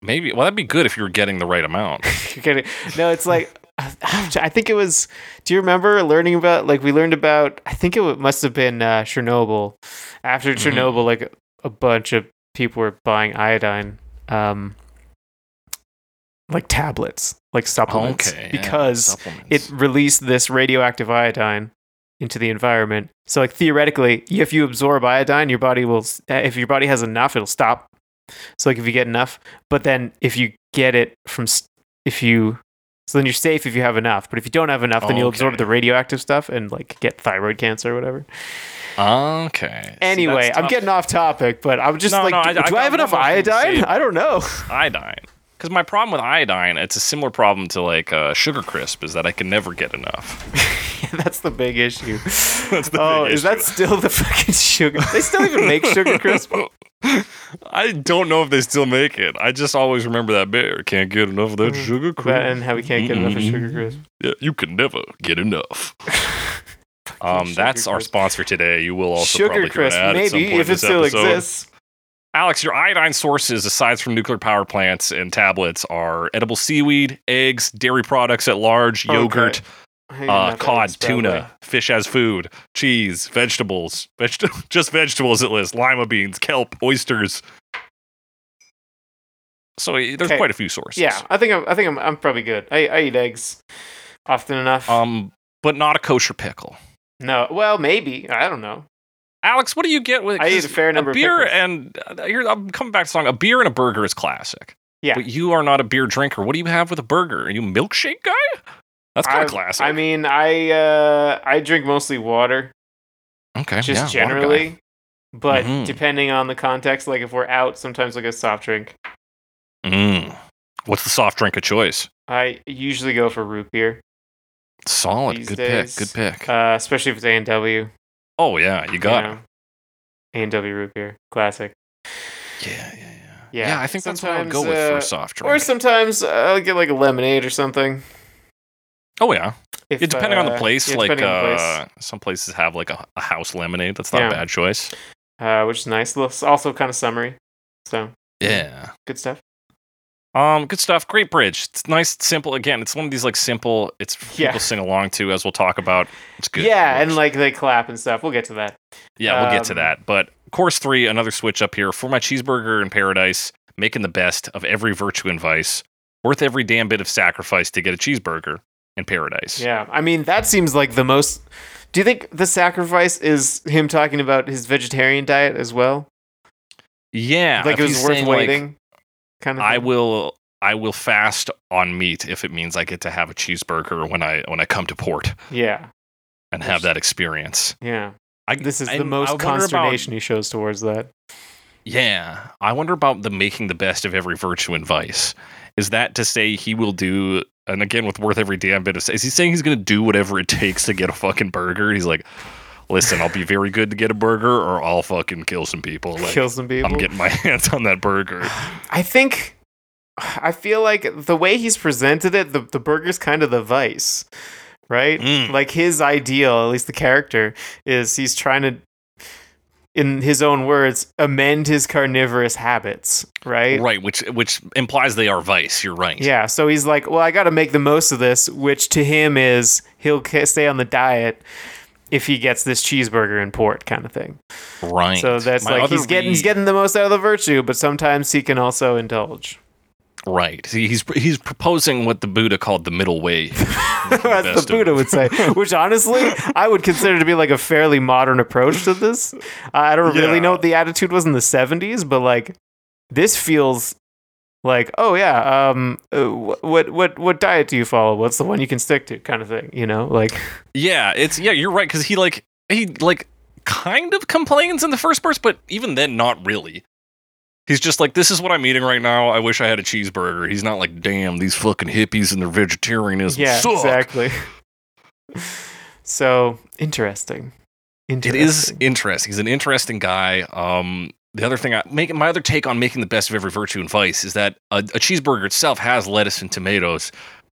Maybe. Well, that'd be good if you were getting the right amount.
You're kidding. No, it's like I think it was. Do you remember learning about? Like we learned about. I think it wa- must have been uh, Chernobyl. After
Mhm.
Chernobyl, like a bunch of people were buying iodine, um, like tablets, like supplements,
okay. yeah,
because it
supplements.
released this radioactive iodine into the environment. So like theoretically, if you absorb iodine, your body will if your body has enough, it'll stop. So like if you get enough, but then if you get it from s- if you so then you're safe if you have enough. But if you don't have enough, then you'll absorb
Okay.
the radioactive stuff and like get thyroid cancer or whatever.
Okay. See,
anyway,
that's
I'm
tough.
getting off topic, but I'm just
No,
like,
no, I-
do
I
I,
got
have enough
one more thing to say
iodine?
about
I don't know.
iodine. Because my problem with iodine, it's a similar problem to like uh, sugar crisp, is that I can never get enough.
That's the big issue.
That's the
oh,
big
is that
issue.
still the fucking sugar? They still even make sugar crisp.
I don't know if they still make it. I just always remember that bear can't get enough of that sugar crisp.
Mm, That and how we can't get enough of
Mm-mm.
Sugar Crisp.
Yeah, you can never get enough. Um,
Sugar
that's our
Crisp.
sponsor today. You will also
Sugar
probably hear an
Crisp,
ad at some
maybe
point
if
in
it
this
still
episode.
exists.
Alex, your iodine sources, aside from nuclear power plants and tablets, are edible seaweed, eggs, dairy products at large,
Okay.
yogurt,
I ain't
uh,
enough
cod,
eggs, probably.
tuna, fish as food, cheese, vegetables, vegeta- just vegetables at list, lima beans, kelp, oysters. So eh, there's
Okay.
quite a few sources.
Yeah, I think I'm. I think I'm. I'm probably good. I, I eat eggs often enough.
Um, but not a kosher pickle.
no, well, maybe I don't know.
Alex, what do you get with?
I eat a
'cause
fair number of
beer
pickles.
and uh, here I'm coming back to song. A beer and a burger is classic.
Yeah.
But you are not a beer drinker. What do you have with a burger? Are you a milkshake guy? That's kind
I-
of classic.
I mean, I uh, I drink mostly water,
okay,
just
Oh, yeah, water guy.
generally. But
Mhm.
depending on the context, like if we're out, sometimes like a soft drink.
Mm. What's the soft drink of choice?
I usually go for root beer,
Solid,
These
good
days,
pick, good pick.
uh, especially if it's A and W.
oh yeah, you got it.
A and W root beer, classic.
Yeah, yeah, yeah.
Yeah,
I think that's what I would go
sometimes,
with for
uh,
a soft drink.
Or sometimes uh, I'll get like a lemonade or something.
oh yeah.
If,
Yeah, depending on the
uh,
place,
yeah,
like
depending on the
uh, some places have like a, a house lemonade. That's not
Yeah.
a bad choice.
place, uh, which is nice. Looks also kind of summery, so
Yeah.
good stuff.
Um, good stuff. Great bridge. It's nice, simple. Again, it's one of these like simple. It's
Yeah.
people sing along to, as we'll talk about. It's good.
yeah,
It
and
works.
like they clap and stuff. We'll get to that.
yeah, we'll get to
um,
that. But course three, another switch up here for my cheeseburger in paradise, making the best of every virtue and vice. Worth every damn bit of sacrifice to get a cheeseburger in paradise.
Yeah, I mean that seems like the most. Do you think the sacrifice is him talking about his vegetarian diet as well?
Yeah,
like
if
it was
he's
worth
saying, like,
waiting. kind of.
I
thing?
will I will fast on meat if it means I get to have a cheeseburger when I when I come to port
Yeah,
and have that experience.
yeah.
I,
This is the
and I
most
wonder about-
consternation he shows towards that.
yeah, I wonder about the making the best of every virtue and vice. Is that to say he will do? And again, with worth every damn bit of is he saying he's going to do whatever it takes to get a fucking burger? He's like, listen, I'll be very good to get a burger, or I'll fucking kill some people. Like,
Kill some people.
I'm getting my hands on that burger.
I think I feel like the way he's presented it, the, the burger's kind of the vice, right?
Mm.
Like his ideal, at least the character, is he's trying to, in his own words, amend his carnivorous habits, right?
right, which which implies they are vice. You're right.
Yeah, so he's like, well, I got to make the most of this, which to him is he'll ca- stay on the diet if he gets this cheeseburger in port kind of thing.
Right.
So that's
My
like
other
he's getting he's
read-
getting the most out of the virtue, but sometimes he can also indulge.
Right. He- He's he's proposing what the Buddha called the middle way.
as
Best
the Buddha
of-
would say, which honestly I would consider to be like a fairly modern approach to this. I don't
Yeah.
really know what the attitude was in the 70s, but like this feels like, oh yeah, um, uh, wh- what what what diet do you follow? What's the one you can stick to, kind of thing, you know? Like,
Yeah, it's yeah, you're right cuz he like he like kind of complains in the first verse but even then not really. He's just like this is what I'm eating right now. I wish I had a cheeseburger. He's not like damn these fucking hippies and their vegetarianism
yeah,
suck."
exactly. so interesting.
It
interesting.
is interesting. He's an interesting guy. Um the other thing I make my other take on making the best of every virtue and vice is that a, a cheeseburger itself has lettuce and tomatoes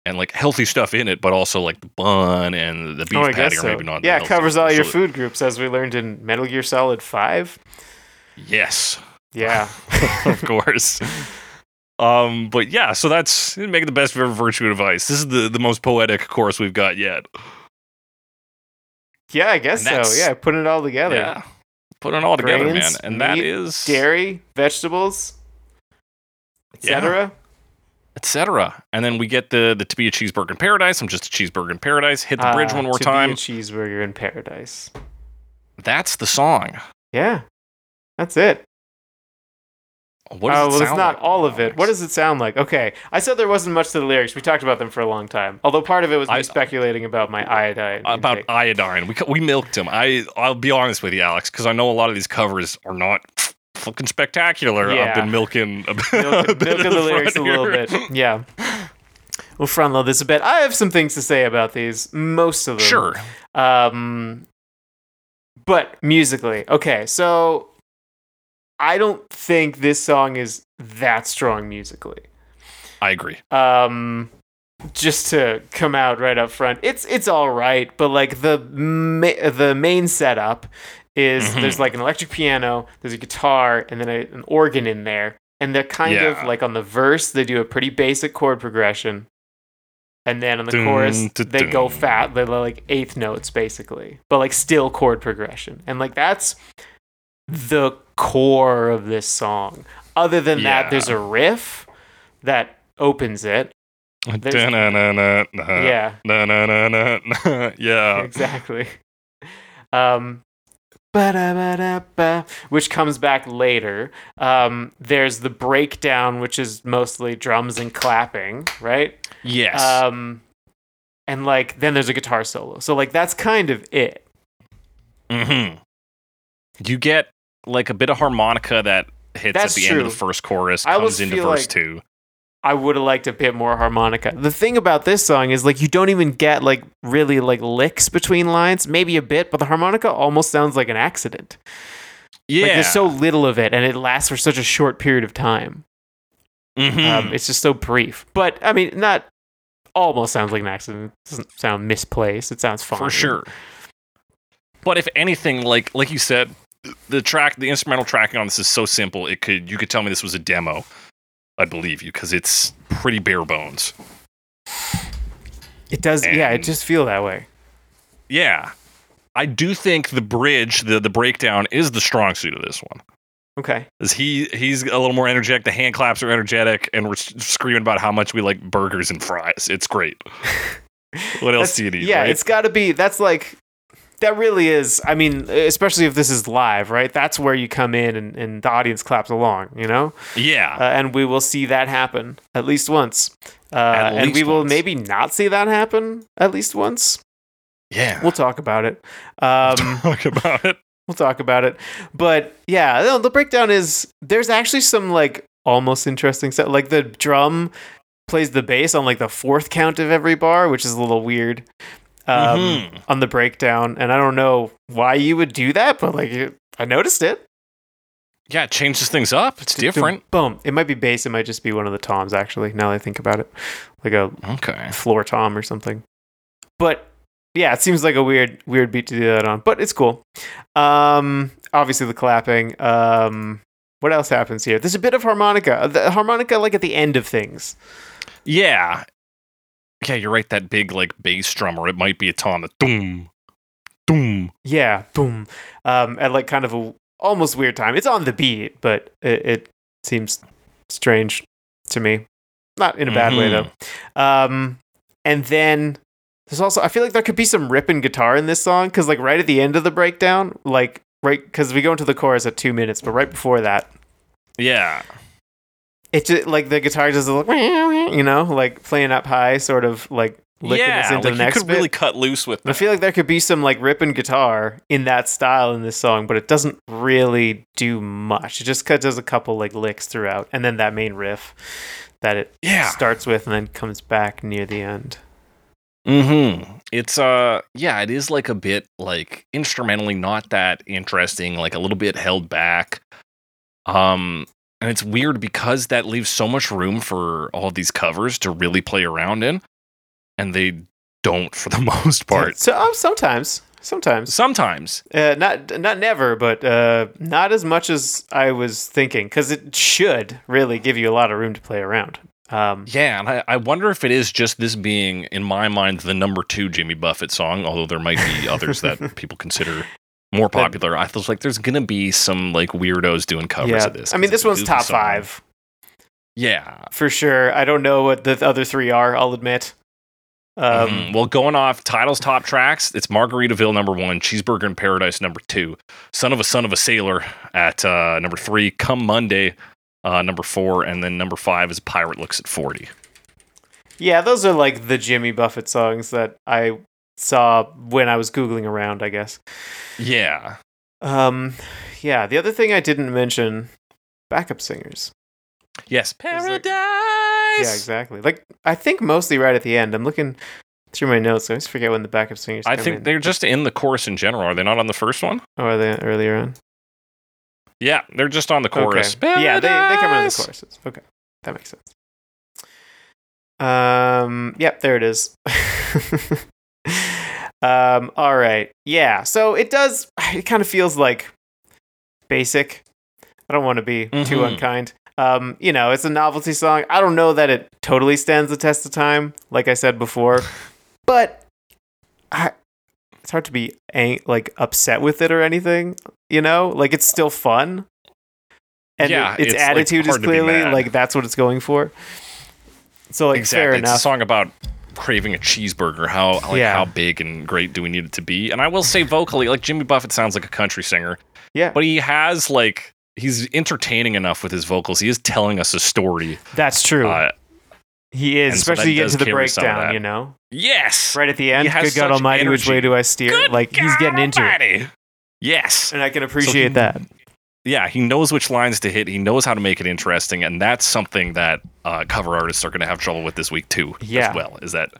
and like healthy stuff in it, but also like the bun and the beef
Oh, I
patty
guess
are
so.
maybe not.
Yeah, it
healthy.
covers all your
So-
food groups, as we learned in Metal Gear Solid Five.
Yes,
Yeah,
of course. um, but yeah, so that's making the best of every virtue and vice. This is the the most poetic course we've got yet.
Yeah, I guess
And that's-
so. Yeah, putting it all together.
Yeah, put it all together,
Grains,
man, and that
meat,
is
Dairy, vegetables, etc.
etc. And then we get the the to be a cheeseburger in paradise. I'm just a cheeseburger in paradise. Hit the
Ah,
bridge one more
to be
time.
a cheeseburger in paradise.
That's the song.
Yeah, that's it.
What does
oh,
it
well, it's
sound
not
like?
all of it. What does it sound like? Okay, I said there wasn't much to the lyrics. We talked about them for a long time. Although part of it was me
I-
speculating about my iodine.
about uh,
intake.
iodine? We cu- we milked him. I I'll be honest with you, Alex, because I know a lot of these covers are not fucking spectacular.
Yeah.
I've been milking a bit, a
milk,
bit
milk
of
of the lyrics a
front
little
here.
bit. Yeah. We'll front load this a bit. I have some things to say about these. Most of them.
Sure.
Um, but musically, okay, so I don't think this song is that strong musically.
I agree.
Um, just to come out right up front, it's it's all right, but like the ma- the main setup is
Mhm.
there's like an electric piano, there's a guitar, and then a, an organ in there, and they're kind
Yeah.
of like on the verse they do a pretty basic chord progression, and then on the
Dun,
chorus
dun,
they go
dun.
fat, they're like eighth notes basically, but like still chord progression, and like that's the core of this song. Other than
Yeah.
that, there's a riff that opens it. There's-
Da-na-na-na-na.
yeah,
Na-na-na-na-na. Yeah.
exactly. Um, ba-da-ba-da-ba, which comes back later. Um, there's the breakdown, which is mostly drums and clapping, right?
Yes.
Um, and like then there's a guitar solo. So like that's kind of it.
hmm You get like a bit of harmonica that hits
That's
at the end
true.
of the first chorus,
I
comes
almost
into
feel
verse
like-
two.
I would have liked a bit more harmonica. The thing about this song is like you don't even get like really like licks between lines, maybe a bit, but the harmonica almost sounds like an accident.
Yeah.
Like there's so little of it and it lasts for such a short period of time.
Mhm.
Um, it's just so brief. But I mean, not almost sounds like an accident. It doesn't sound misplaced. It sounds fine.
for sure. But if anything, like like you said, the track, the instrumental tracking on this is so simple. It could you could tell me this was a demo. I believe you because it's pretty bare bones.
It does. yeah, it
And-
just feel that way.
Yeah, I do think the bridge, the the breakdown, is the strong suit of this one.
Okay.
Is he he's a little more energetic. The hand claps are energetic, and we're s- screaming about how much we like burgers and fries. It's great. what else
That's-
do you need?
Yeah,
right?
it's got to be. That's like, that really is. I mean, especially if this is live, right? That's where you come in and, and the audience claps along, you know?
yeah.
Uh, and we will see that happen at least once. Uh,
At
and we
least
will
once.
maybe not see that happen at least once.
yeah.
We'll talk about it. Um,
talk about it.
we'll talk about it. But yeah, no, the breakdown is there's actually some like almost interesting stuff. Like the drum plays the bass on like the fourth count of every bar, which is a little weird. Um,
Mhm.
On the breakdown, and I don't know why you would do that, but like it, I noticed it.
Yeah, it changes things up. It's different.
Boom. It might be bass. It might just be one of the toms. Actually, now that I think about it, like a
Okay.
floor tom or something. But yeah, it seems like a weird weird beat to do that on, but it's cool. Um, obviously the clapping. Um, what else happens here? There's a bit of harmonica. The harmonica like at the end of things.
Yeah. Yeah, you're right. That big like bass drummer. It might be a tom. The doom, doom.
Yeah, boom. Um, at like kind of a almost weird time. It's on the beat, but it, it seems strange to me. Not in a bad way
Mhm.
though. Um, and then there's also I feel like there could be some ripping guitar in this song because like right at the end of the breakdown, like right because we go into the chorus at two minutes, but right before that,
Yeah.
it's just, like the guitar just like you know like playing up high, sort of like licking
yeah.
us into
like
the next
you could
bit.
really cut loose with
And I
that.
feel like there could be some like ripping guitar in that style in this song, but it doesn't really do much. It just cut- does a couple like licks throughout, and then that main riff that it
yeah.
starts with and then comes back near the end.
Mm-hmm. It's uh yeah, it is like a bit like instrumentally not that interesting, like a little bit held back. Um and it's weird because that leaves so much room for all these covers to really play around in. And they don't for the most part.
So um, sometimes, sometimes,
Sometimes.
uh, not not never, but uh, not as much as I was thinking, because it should really give you a lot of room to play around. Um,
Yeah, and I, I wonder if it is just this being, in my mind, the number two Jimmy Buffett song, although there might be others that people consider more
That-
popular. I was like, there's gonna be some like weirdos doing covers
yeah,
of this.
I mean,
'cause
this
it
one's
is the
top
song.
five
Yeah.
for sure. I don't know what the other three are. I'll admit. Um,
Mhm. Well, going off titles, top tracks, it's Margaritaville number one, Cheeseburger in Paradise number two, Son of a Son of a Sailor at uh, number three, Come Monday uh, number four, and then number five is Pirate Looks at 40.
Yeah, those are like the Jimmy Buffett songs that I saw when I was googling around, I guess.
Yeah.
Um yeah, the other thing I didn't mention backup singers.
Yes.
There's like-
Paradise.
Yeah, exactly. Like I think mostly right at the end. I'm looking through my notes. I always forget when the backup singers
I
come
think
in.
they're just in the chorus in general. Are they not on the first one?
Oh, are they earlier on?
Yeah, they're just on the chorus.
Okay. Yeah, they, they come in the
Paradise.
choruses. Okay. That makes sense. Um yep, there it is. um all right. Yeah. So it does it kind of feels like basic. I don't want to be too
Mhm.
unkind. Um, you know, it's a novelty song. I don't know that it totally stands the test of time, like I said before. But I it's hard to be ang- like upset with it or anything, you know? Like it's still fun. And
Yeah,
it- its,
it's, like,
attitude is
hard to be
clearly
mad.
like that's what it's going for. So like fair
exactly. It's
enough.
a song about craving a cheeseburger. How like
Yeah.
how big and great do we need it to be? And I will say vocally, like Jimmy Buffett sounds like a country singer,
yeah.
but he has like he's entertaining enough with his vocals. He is telling us a story.
That's true.
Uh,
he is,
and so that
especially you get
does
to the
carry some of
breakdown,
that.
you know?
yes,
Right at the end,
He has
good God
such
Almighty, which way
energy.
do I steer?
Good
like he's
God
getting into it.
Almighty. Yes,
And I can appreciate
he-
that.
yeah, he knows which lines to hit. He knows how to make it interesting, and that's something that uh, cover artists are going to have trouble with this week too.
Yeah.
as well is that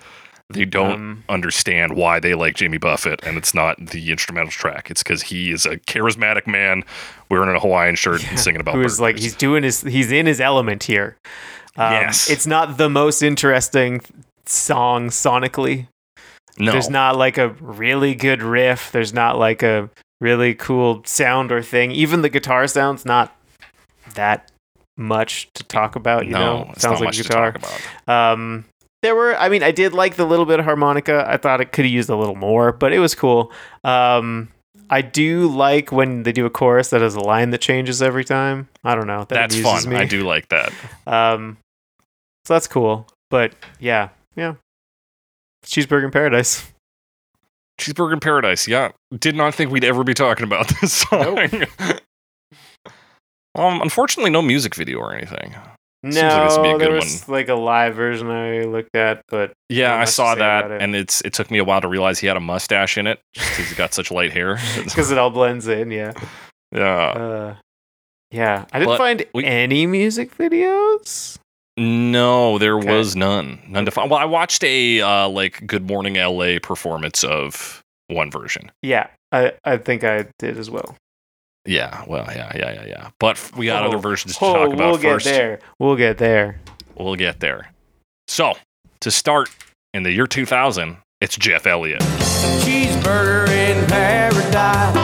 they don't
Um,
understand why they like Jamie Buffett, and it's not the instrumental track. It's because he is a charismatic man wearing a Hawaiian shirt and singing about
who is like
burgers.
he's doing his he's in his element here. Um,
Yes.
it's not the most interesting song sonically.
no,
There's not like a really good riff. There's not like a really cool sound or thing. Even the guitar sounds not that much to talk about. You
no,
know,
it's
sounds
not
like
much
guitar.
to talk about.
Um, there were, I mean, I did like the little bit of harmonica. I thought it could have used a little more, but it was cool. Um, I do like when they do a chorus that has a line that changes every time. I don't know. That
That's
amuses
fun.
Me.
I do like that.
Um, so that's cool. But yeah, yeah. Cheeseburger in Paradise.
Cheeseburger in Paradise. Yeah, did not think we'd ever be talking about this song. um, unfortunately, no music video or anything.
No,
Seems like this would be a
there
good
was like a live version I looked at, but
Yeah,
Not
I
much to
saw
say
that,
about it.
and it's it took me a while to realize he had a mustache in it because he's got such light hair.
because it all blends in, yeah.
yeah,
Uh, yeah, I didn't
But
find
we-
any music videos.
no, there
Okay.
was none, none to find. Well, I watched a uh, like Good Morning L.A. performance of one version.
Yeah, I I think I did as well.
Yeah, well, yeah, yeah, yeah, yeah. But f- we got
Oh,
other versions to
oh,
talk about
we'll
first.
get there. We'll get there.
We'll get there. So to start in the year 2000, it's Jeff Elliott.
Cheeseburger in paradise.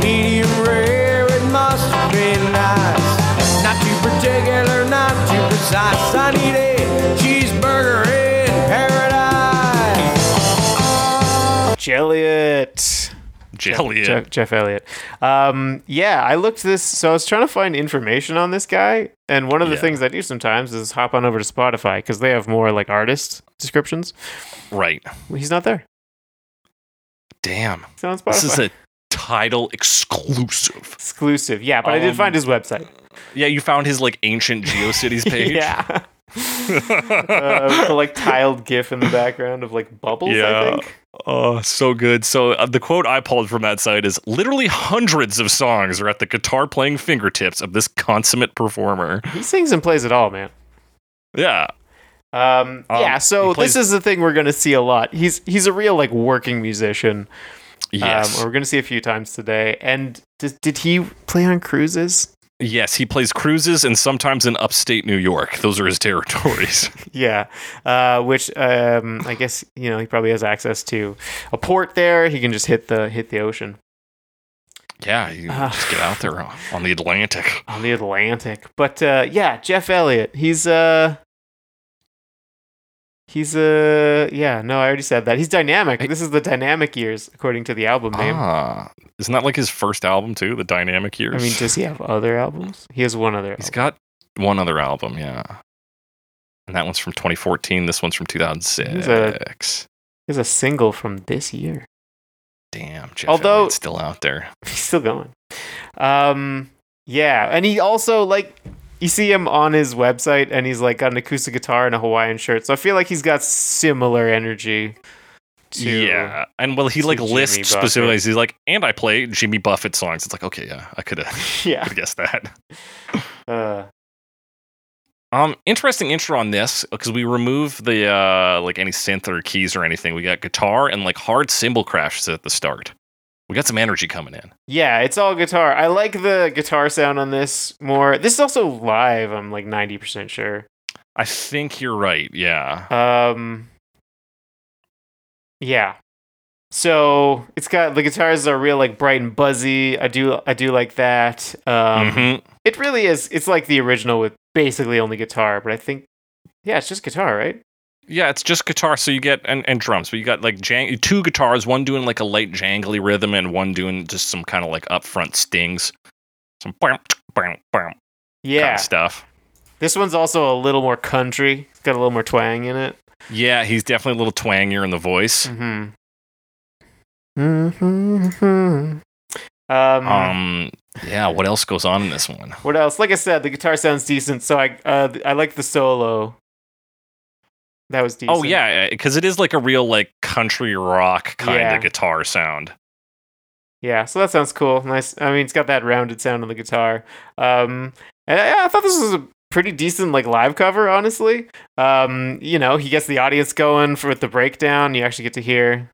Medium rare, it must have been nice. Not too particular, not too precise. I need a cheeseburger in paradise.
Jelliot.
Jelliot.
Jeff, Jeff Elliott. Um, yeah, I looked this. So I was trying to find information on this guy, and one of the
Yeah.
things I do sometimes is hop on over to Spotify because they have more like artist descriptions.
right.
He's not there.
Damn.
He's not on Spotify.
This is a title exclusive.
exclusive. Yeah, but I did
Um,
find his website.
Yeah, you found his like ancient GeoCities page.
Yeah. uh, with the, like tiled GIF in the background of like bubbles. I
Yeah.
think.
Oh, so good. So uh, the quote I pulled from that site is literally hundreds of songs are at the guitar playing fingertips of this consummate performer.
He sings and plays it all, man.
Yeah.
Um,
Um,
yeah, so
he plays-
this is the thing we're gonna see a lot. He's he's a real like working musician.
Yes.
Um, we're gonna see a few times today. And did, did he play on cruises?
yes, he plays cruises and sometimes in upstate New York. Those are his territories.
Yeah, uh, which um, I guess you know he probably has access to a port there. He can just hit the hit the ocean
yeah, you
Uh.
just get out there on- on the Atlantic.
on the Atlantic. But uh, yeah, Jeff Elliott. He's uh he's uh yeah. No, I already said that. He's dynamic. This is the dynamic years according to the album name.
Ah. Isn't that like his first album too, The Dynamic Years?
I mean, does he have other albums? He has one other.
He's
Album.
got one other album, yeah. And that one's from 2014. This one's from 2006.
He has a single from this year.
Damn, Jeff
Although-
Elliott's still out there.
He's still going. Um, yeah, and he also like you see him on his website, and he's like got an acoustic guitar and a Hawaiian shirt. So I feel like he's got similar energy. To,
yeah, and well, he
to
like
Jimmy
lists
Buffett.
specifically. He's like, and I play Jimmy Buffett songs. It's like, okay, yeah, I could have
yeah.
guessed that.
Uh,
Um, interesting intro on this because we remove the uh like any synth or keys or anything. We got guitar and like hard cymbal crashes at the start. We got some energy coming in.
yeah, it's all guitar. I like the guitar sound on this more. This is also live. I'm like ninety percent sure.
I think you're right. Yeah.
Um, yeah. So it's got the guitars are real like bright and buzzy. I do I do like that. Um,
Mhm.
It really is. It's like the original with basically only guitar, but I think, yeah, it's just guitar, right?
Yeah, it's just guitar. So you get and, and drums, but you got like jang- two guitars, one doing like a light jangly rhythm and one doing just some kind of like upfront stings, some bam, bam, bam kind
Yeah.
of stuff.
This one's also a little more country. It's got a little more twang in it.
Yeah, he's definitely a little twangier in the voice.
Mm hmm. Um, Mm-hmm.
Um, yeah. What else goes on in this one?
what else? Like I said, the guitar sounds decent, so I uh, I like the solo. That was decent.
Oh yeah, because it is like a real like country rock kind
Yeah.
of guitar sound.
Yeah, so that sounds cool. Nice. I mean, it's got that rounded sound on the guitar. Um, and I, I thought this was a pretty decent like live cover, honestly. Um, you know, he gets the audience going for with the breakdown. You actually get to hear.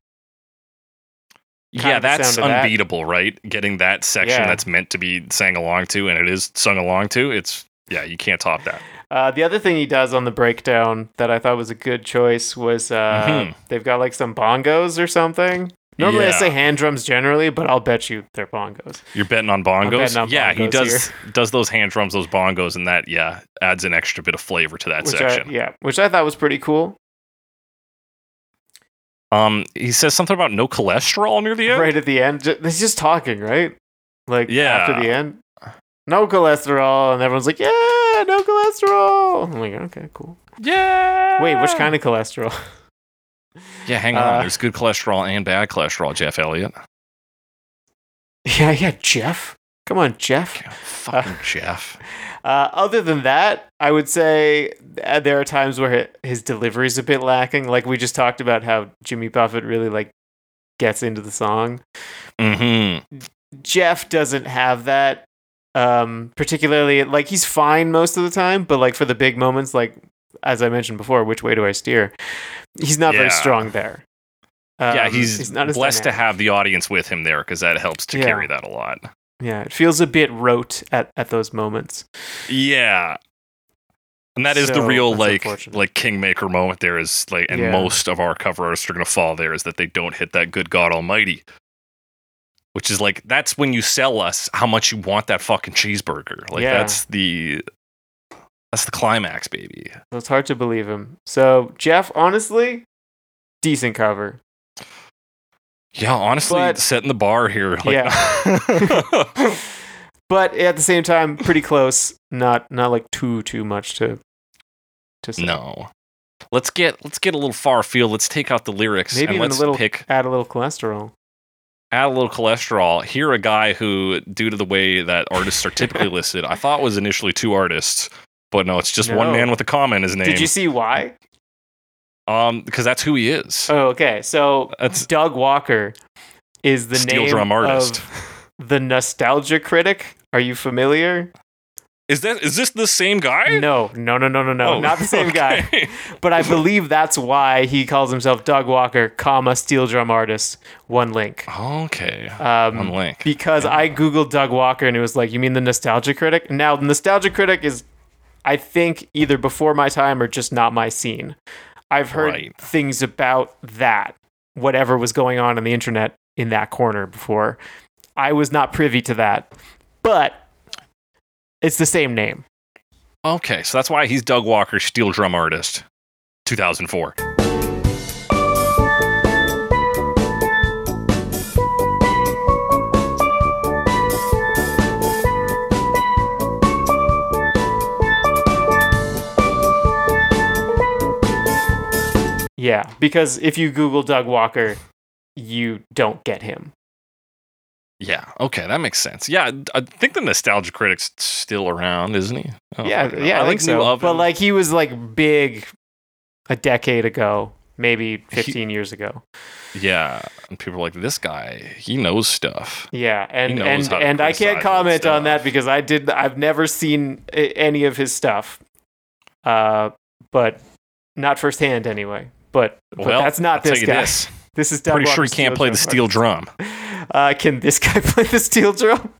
Kind
yeah,
of the
that's
sound of that.
unbeatable, right? Getting that section
Yeah.
that's meant to be sang along to, and it is sung along to. It's yeah, you can't top that.
Uh, the other thing he does on the breakdown that I thought was a good choice was uh,
Mhm.
they've got like some bongos or something. Normally I
Yeah.
say hand drums generally, but I'll bet you they're bongos.
You're betting on bongos.
betting on
yeah, he
bongos
does does those hand drums, those bongos, and that yeah adds an extra bit of flavor to that
Which I,
section.
yeah, which I thought was pretty cool.
Um, he says something about no cholesterol near the end.
right at the end. Ju- He's just talking, right? Like
Yeah.
after the end, no cholesterol, and everyone's like, "Yeah, no cholesterol." I'm like, "Okay, cool."
Yeah.
Wait,
Ah.
which kind of cholesterol?
Yeah, hang on.
Uh,
There's good cholesterol and bad cholesterol, Jeff Elliott.
yeah, yeah, Jeff. Come on, Jeff.
God, fucking Jeff.
Uh, other than that, I would say uh, there are times where hi- his delivery's a bit lacking. Like we just talked about how Jimmy Buffett really like gets into the song.
hmm
um, Jeff doesn't have that. Um, particularly like he's fine most of the time, but like for the big moments, like as I mentioned before, which way do I steer? He's not
Yeah.
very strong there.
yeah,
Um,
he's,
as
blessed to
dynamic.
have the audience with him there because that helps to
Yeah.
carry that a lot.
Yeah, it feels a bit rote at at those moments.
Yeah. And that is the
So,
real
that's
like
unfortunate.
like kingmaker moment there is like and
Yeah.
most of our cover artists are gonna fall there is that they don't hit that good God Almighty. Which is like that's when you sell us how much you want that fucking cheeseburger. Like
Yeah.
that's the that's the climax, baby.
So it's hard to believe him. So Jeff, honestly, decent cover.
Yeah, honestly,
But-
setting the bar here. Like,
but at the same time, pretty close. Not not like too too much to to say.
no. Let's get let's get a little far afield. Let's take out the lyrics
Maybe
and
even a
let's
little-
pick
Add a little cholesterol.
add a little cholesterol. Here, a guy who, due to the way that artists are typically listed, I thought was initially two artists, but no, it's just one
No.
man with a comma in his name.
Did you see why?
um, because that's who he is.
Oh, okay. So
that's
Doug Walker is the
steel
name
drum artist.
of the nostalgia critic. Are you familiar?
Is that is this the same guy?
No, no, no, no, no, no.
Oh,
Not the same guy.
okay.
But I believe that's why he calls himself Doug Walker, comma steel drum artist. One link.
Okay.
Um,
One link.
because I googled Doug Walker and it was like, you mean the Nostalgia Critic? Now, the Nostalgia Critic is, I think, either before my time or just not my scene. I've heard
Right.
things about that, whatever was going on in the internet in that corner before. I was not privy to that, but it's the same name.
Okay, so that's why he's Doug Walker, steel drum artist, 2004.
Yeah, because if you Google Doug Walker, you don't get him.
Yeah. Okay, that makes sense. Yeah, I think the nostalgia critic's still around, isn't he? Oh,
yeah,
fuck it.
yeah, I,
like
think
New
so.
Oven.
But like he was like big a decade ago, maybe
He-
15 years ago.
Yeah, and people are like, "This guy, he knows stuff."
Yeah, and
knows
and
how to
and I can't
criticize that
comment on that
stuff.
because I did I've never seen a- any of his stuff. Uh but not firsthand anyway. But, but
Well,
that's not
I'll
this
tell you
guy. This.
this.
is Doug
Pretty sure he
Walker's
can't play the steel drum.
drum. Uh, can this guy play the steel drum?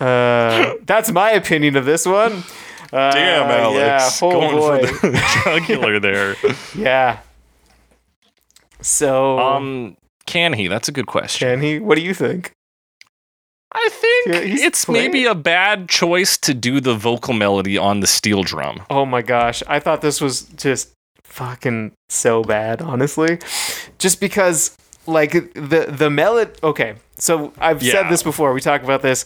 Uh, that's my opinion of this one. Uh,
Damn, Alex,
Yeah, oh
going
boy.
for the jugular there.
Yeah. So
Um, can he? That's a good question.
can he? What do you think?
I think
Yeah, he's
it's
playing.
maybe a bad choice to do the vocal melody on the steel drum.
Oh my gosh, I thought this was just fucking so bad, honestly. Just because like the the melody okay, so I've
Yeah.
said this before, we talked about this.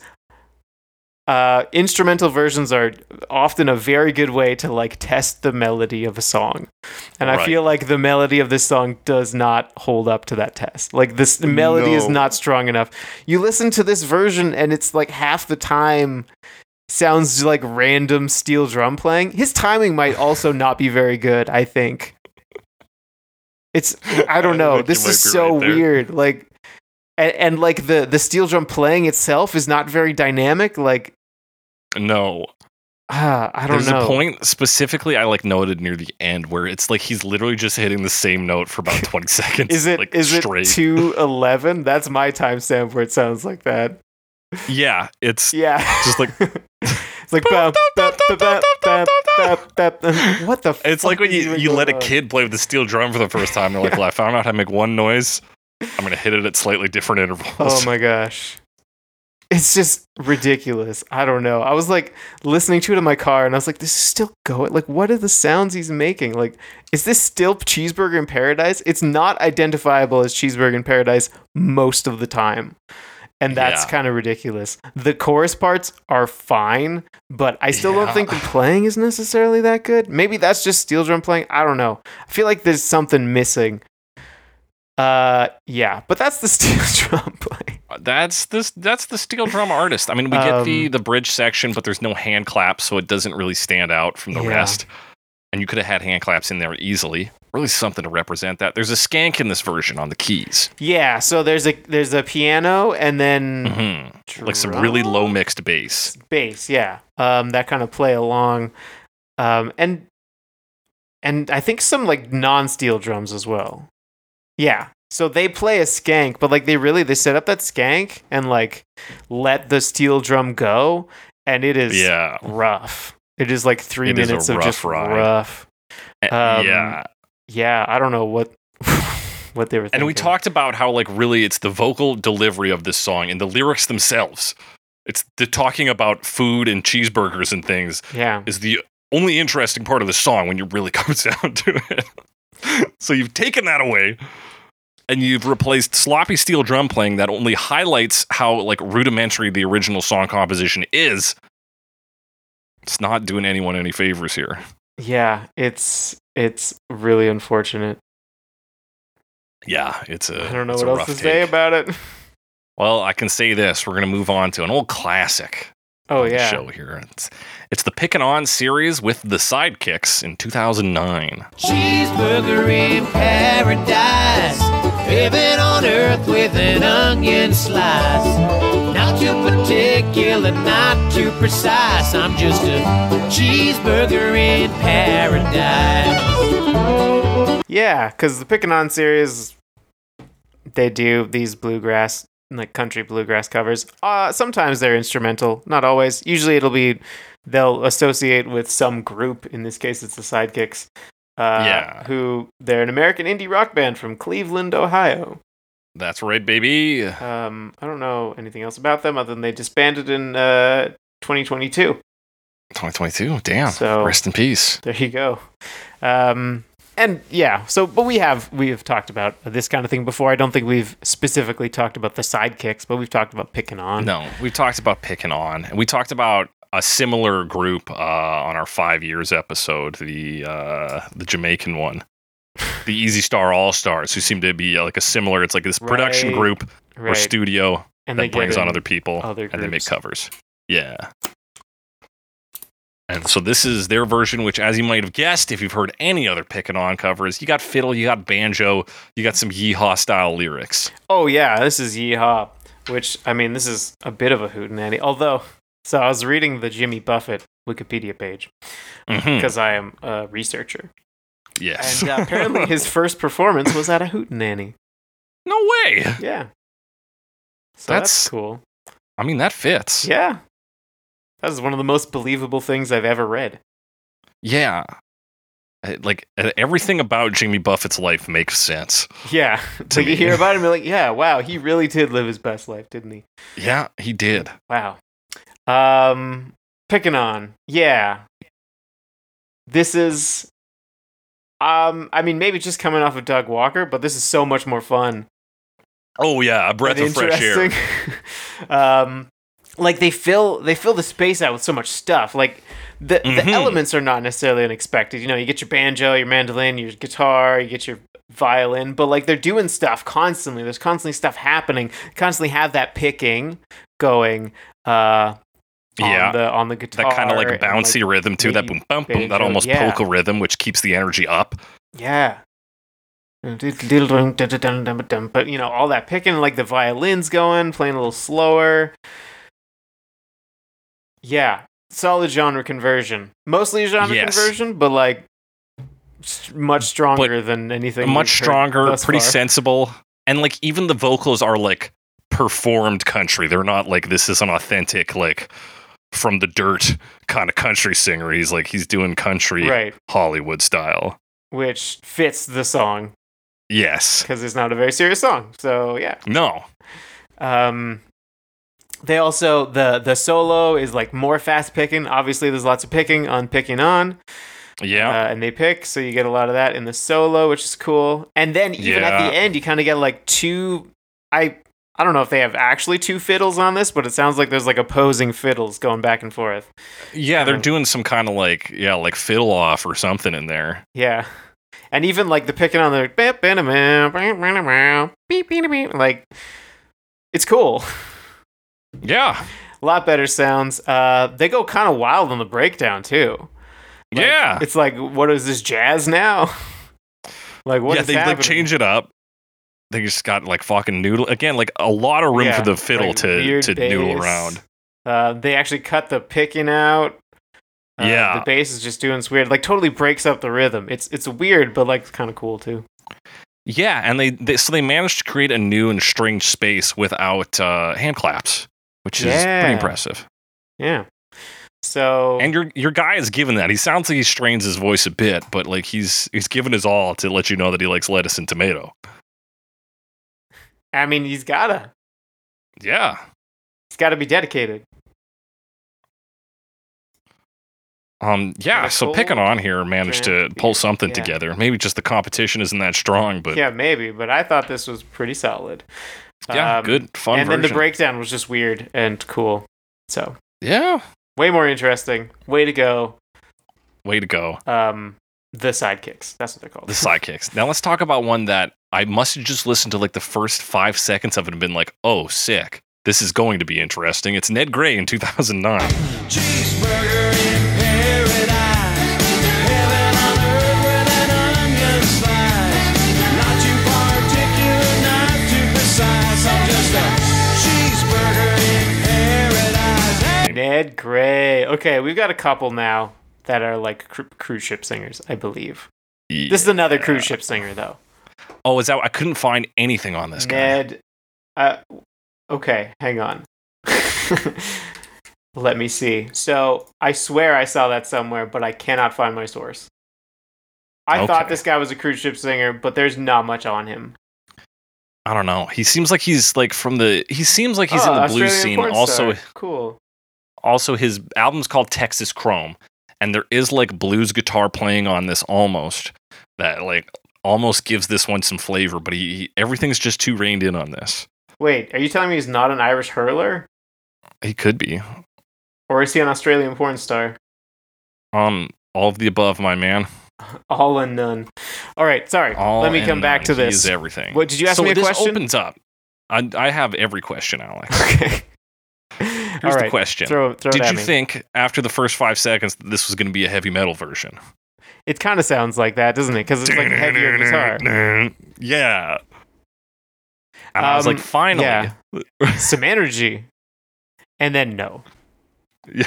Uh, instrumental versions are often a very good way to like test the melody of a song. And I
Right.
feel like the melody of this song does not hold up to that test. Like this the melody is
No.
not strong enough. You listen to this version and it's like half the time sounds like random steel drum playing. His timing might also not be very good, I think. It's I don't
I
know.
think
This
you
is
might be
so
right there.
weird. Like and, and like the the steel drum playing itself is not very dynamic. Like
No,
ah, I don't
There's
know.
a point specifically I like noted near the end where it's like he's literally just hitting the same note for about 20 seconds.
Is it
like
is
straight?
it 211? That's my timestamp where it sounds like that.
yeah, it's
Yeah.
just like
it's like bam, bam, bam, bam, bam, bam, bam. what the
it's
fuck
like when
is
you,
even
you let a
going on?
kid play with the steel drum for the first time. They're like, well, I found out how to make one noise. I'm gonna hit it at slightly different intervals.
Oh my Oh gosh. it's just ridiculous. I don't know. I was like listening to it in my car and I was like, this is still going. Like, what are the sounds he's making? Like, is this still Cheeseburger in Paradise? It's not identifiable as Cheeseburger in Paradise most of the time. And that's
Yeah.
kind of ridiculous. The chorus parts are fine, but I still
Yeah.
don't think the playing is necessarily that good. Maybe that's just steel drum playing. I don't know. I feel like there's something missing. Uh, yeah, but that's the steel drum playing.
That's this. That's the steel drum artist. I mean, we get the
Um,
the bridge section, but there's no hand clap, so it doesn't really stand out from the
Yeah.
rest. And you could have had hand claps in there easily. Really, something to represent that. There's a skank in this version on the keys,
Yeah, so there's a there's a piano and then
hmm like some
drum-
really low mixed bass.
bass, yeah. Um that kind of play along. Um and and I think some like non-steel drums as well. Yeah. So they play a skank, but like they really they set up that skank and like let the steel drum go and it is
Yeah,
rough. It is like 3
It is a
minutes of
rough
just
ride.
rough.
A-
Um,
yeah.
Yeah, I don't know what what they were thinking.
And we talked about how like really it's the vocal delivery of this song and the lyrics themselves. It's the talking about food and cheeseburgers and things
Yeah.
is the only interesting part of the song when you really comes down to it. so you've taken that away and you've replaced sloppy steel drum playing that only highlights how like rudimentary the original song composition is. It's not doing anyone any favors here.
Yeah, it's it's really unfortunate.
Yeah, it's a
I don't know
it's a
what else
rough
to say
take.
about it.
Well, I can say this, we're going to move on to an old classic.
Oh
on the
yeah.
show here. It's, it's the Pick and On series with the Sidekicks in 2009.
Cheeseburger in paradise. Heaven on earth with an onion slice. Not too particular, not too precise. I'm just a cheeseburger in paradise.
Yeah, because the Pickin' On series, they do these bluegrass, like country bluegrass covers. Uh, sometimes they're instrumental, not always. Usually it'll be, they'll associate with some group. In this case, it's the Sidekicks. Uh,
Yeah.
Who, they're an American indie rock band from Cleveland, Ohio.
That's right, baby.
Um, I don't know anything else about them other than they disbanded in uh, 2022.
2022. Damn.
So-
Rest in peace.
There you go. Um, and yeah, so but we have we have talked about this kind of thing before. I don't think we've specifically talked about the sidekicks, but we've talked about picking on.
No, we've talked about picking on, and we talked about a similar group uh, on our five years episode, the uh, the Jamaican one, the Easy Star All Stars, who seem to be uh, like a similar. It's like this production
Right,
group or
right?
studio
and
that
get
brings on
in-
other people
other
and they make
groups.
covers. Yeah. And so this is their version, which, as you might have guessed, if you've heard any other picking on covers, you got fiddle, you got banjo, you got some yeehaw style lyrics.
Oh yeah, this is Yeehaw, which I mean, this is a bit of a hootenanny. Although, so I was reading the Jimmy Buffett Wikipedia page
Mhm.
because I am a researcher,
Yes.
and uh, apparently his first performance was at a hootenanny.
no way.
Yeah, so that's,
That's-
cool.
I mean, that fits.
Yeah, that is one of the most believable things I've ever read.
Yeah. Uh, Like uh, everything about Jimmy Buffett's life makes sense.
Yeah.
to
So
me.
you hear about him, you're like, yeah, wow, he really did live his best life, didn't he?
Yeah, he did.
Wow. Um, picking on, yeah. This is, um, I mean, maybe just coming off of Doug Walker, but this is so much more fun.
Oh yeah, a breath
and
of fresh air.
interesting. um, like they fill they fill the space out with so much stuff. Like the
Mhm.
the elements are not necessarily unexpected. You know, you get your banjo, your mandolin, your guitar, you get your violin, but like they're doing stuff constantly. There's constantly stuff happening. Constantly have that picking going. Uh, on
Yeah.
the on the guitar,
that kind of like
and,
bouncy rhythm too. That
maybe
boom, bum, boom, that
banjo,
almost
yeah.
polka rhythm, which keeps the energy up.
Yeah. But you know, all that picking, like the violins going, playing a little slower. Yeah, solid genre conversion. Mostly genre
Yes.
conversion, but like s- much stronger than anything.
much
we've heard
stronger,
thus
pretty
far.
sensible, and like even the vocals are like performed country. They're not like this is an authentic like from the dirt kind of country singer. He's like he's doing country
right?
Hollywood style.
Which fits the song
Yes.
because it's not a very serious song. So yeah.
No.
Um, They also the the solo is like more fast picking. Obviously, there's lots of picking on picking on, uh,
Yeah.
and they pick, so you get a lot of that in the solo, which is cool. And then even at the
Yeah.
end, you kind of get like two. I I don't know if they have actually two fiddles on this, but it sounds like there's like opposing fiddles going back and forth.
yeah, they're
um,
doing some kind of like, yeah, like fiddle off or something in there.
Yeah. And even like the picking on the beep, beep, beep, like it's cool.
Yeah.
A lot better sounds. Uh, they go kind of wild on the breakdown too. Like,
yeah.
it's like what is this jazz now? like what?
yeah,
is
they
happening?
like change it up. They just got like fucking noodle again, like a lot of room
Yeah,
for the fiddle
like,
to
weird
to noodle
bass.
around.
Uh, they actually cut the picking out. Uh,
Yeah.
the bass is just doing its weird, like totally breaks up the rhythm. It's it's weird, but like kind of cool too.
Yeah, and they, they so they managed to create a new and strange space without uh, hand claps, which is
Yeah.
pretty impressive.
Yeah. So
And your your guy is given that. He sounds like he strains his voice a bit, but like he's he's given his all to let you know that he likes lettuce and tomato.
I mean, he's gotta
Yeah.
he's gotta be dedicated.
Um. Yeah.
Kinda
So
cool.
picking on here managed to
Drink,
pull
beer,
something
yeah.
together. Maybe just the competition isn't that strong, but yeah,
yeah, maybe, but I thought this was pretty solid. Um,
good fun.
and
version.
then the breakdown was just weird and cool. So
Yeah.
way more interesting. Way to go.
Way to go.
Um, the sidekicks. That's what they're called.
The sidekicks. now let's talk about one that I must have just listened to like the first five seconds of it and been like, oh, sick. This is going to be interesting. It's Ned Gray in 2009.
Cheeseburger in paradise. Heaven on earth with an onion slice. Not too particular, not too precise. I'm just a cheeseburger in paradise. Hey,
Ned Gray. Okay, we've got a couple now that are like cru- cruise ship singers, I believe. This is another cruise ship singer though.
Oh, is that? I couldn't find anything on this guy.
Ned. Uh, okay, hang on. Let me see. So I swear I saw that somewhere, but I cannot find my source. I thought
Okay.
this guy was a cruise ship singer, but there's not much on him.
I don't know. He seems like he's like from the. He seems like he's in
Oh,
the
Australian
blues scene.
porn
Also,
star. cool.
also his album's called Texas Chrome, and there is like blues guitar playing on this almost that like almost gives this one some flavor. But he, he everything's just too reined in on this.
Wait, are you telling me he's not an Irish hurler,
He could be.
or is he an Australian porn star?
Um, all of the above, my man.
All and none. All right, sorry.
All
Let me
and
come back
none.
to
He
this.
is everything.
What did you ask
so
me a
this
question?
opens up. I, I have every question, Alex.
okay.
Here's the question.
Throw, throw it
Did
at
you
me.
think after the first five seconds that this was going to be a heavy metal version?
It kind of sounds like that, doesn't it? Because it's like heavier guitar.
Yeah. And I was
Um,
like, finally.
yeah. some energy, and then no.
Yeah.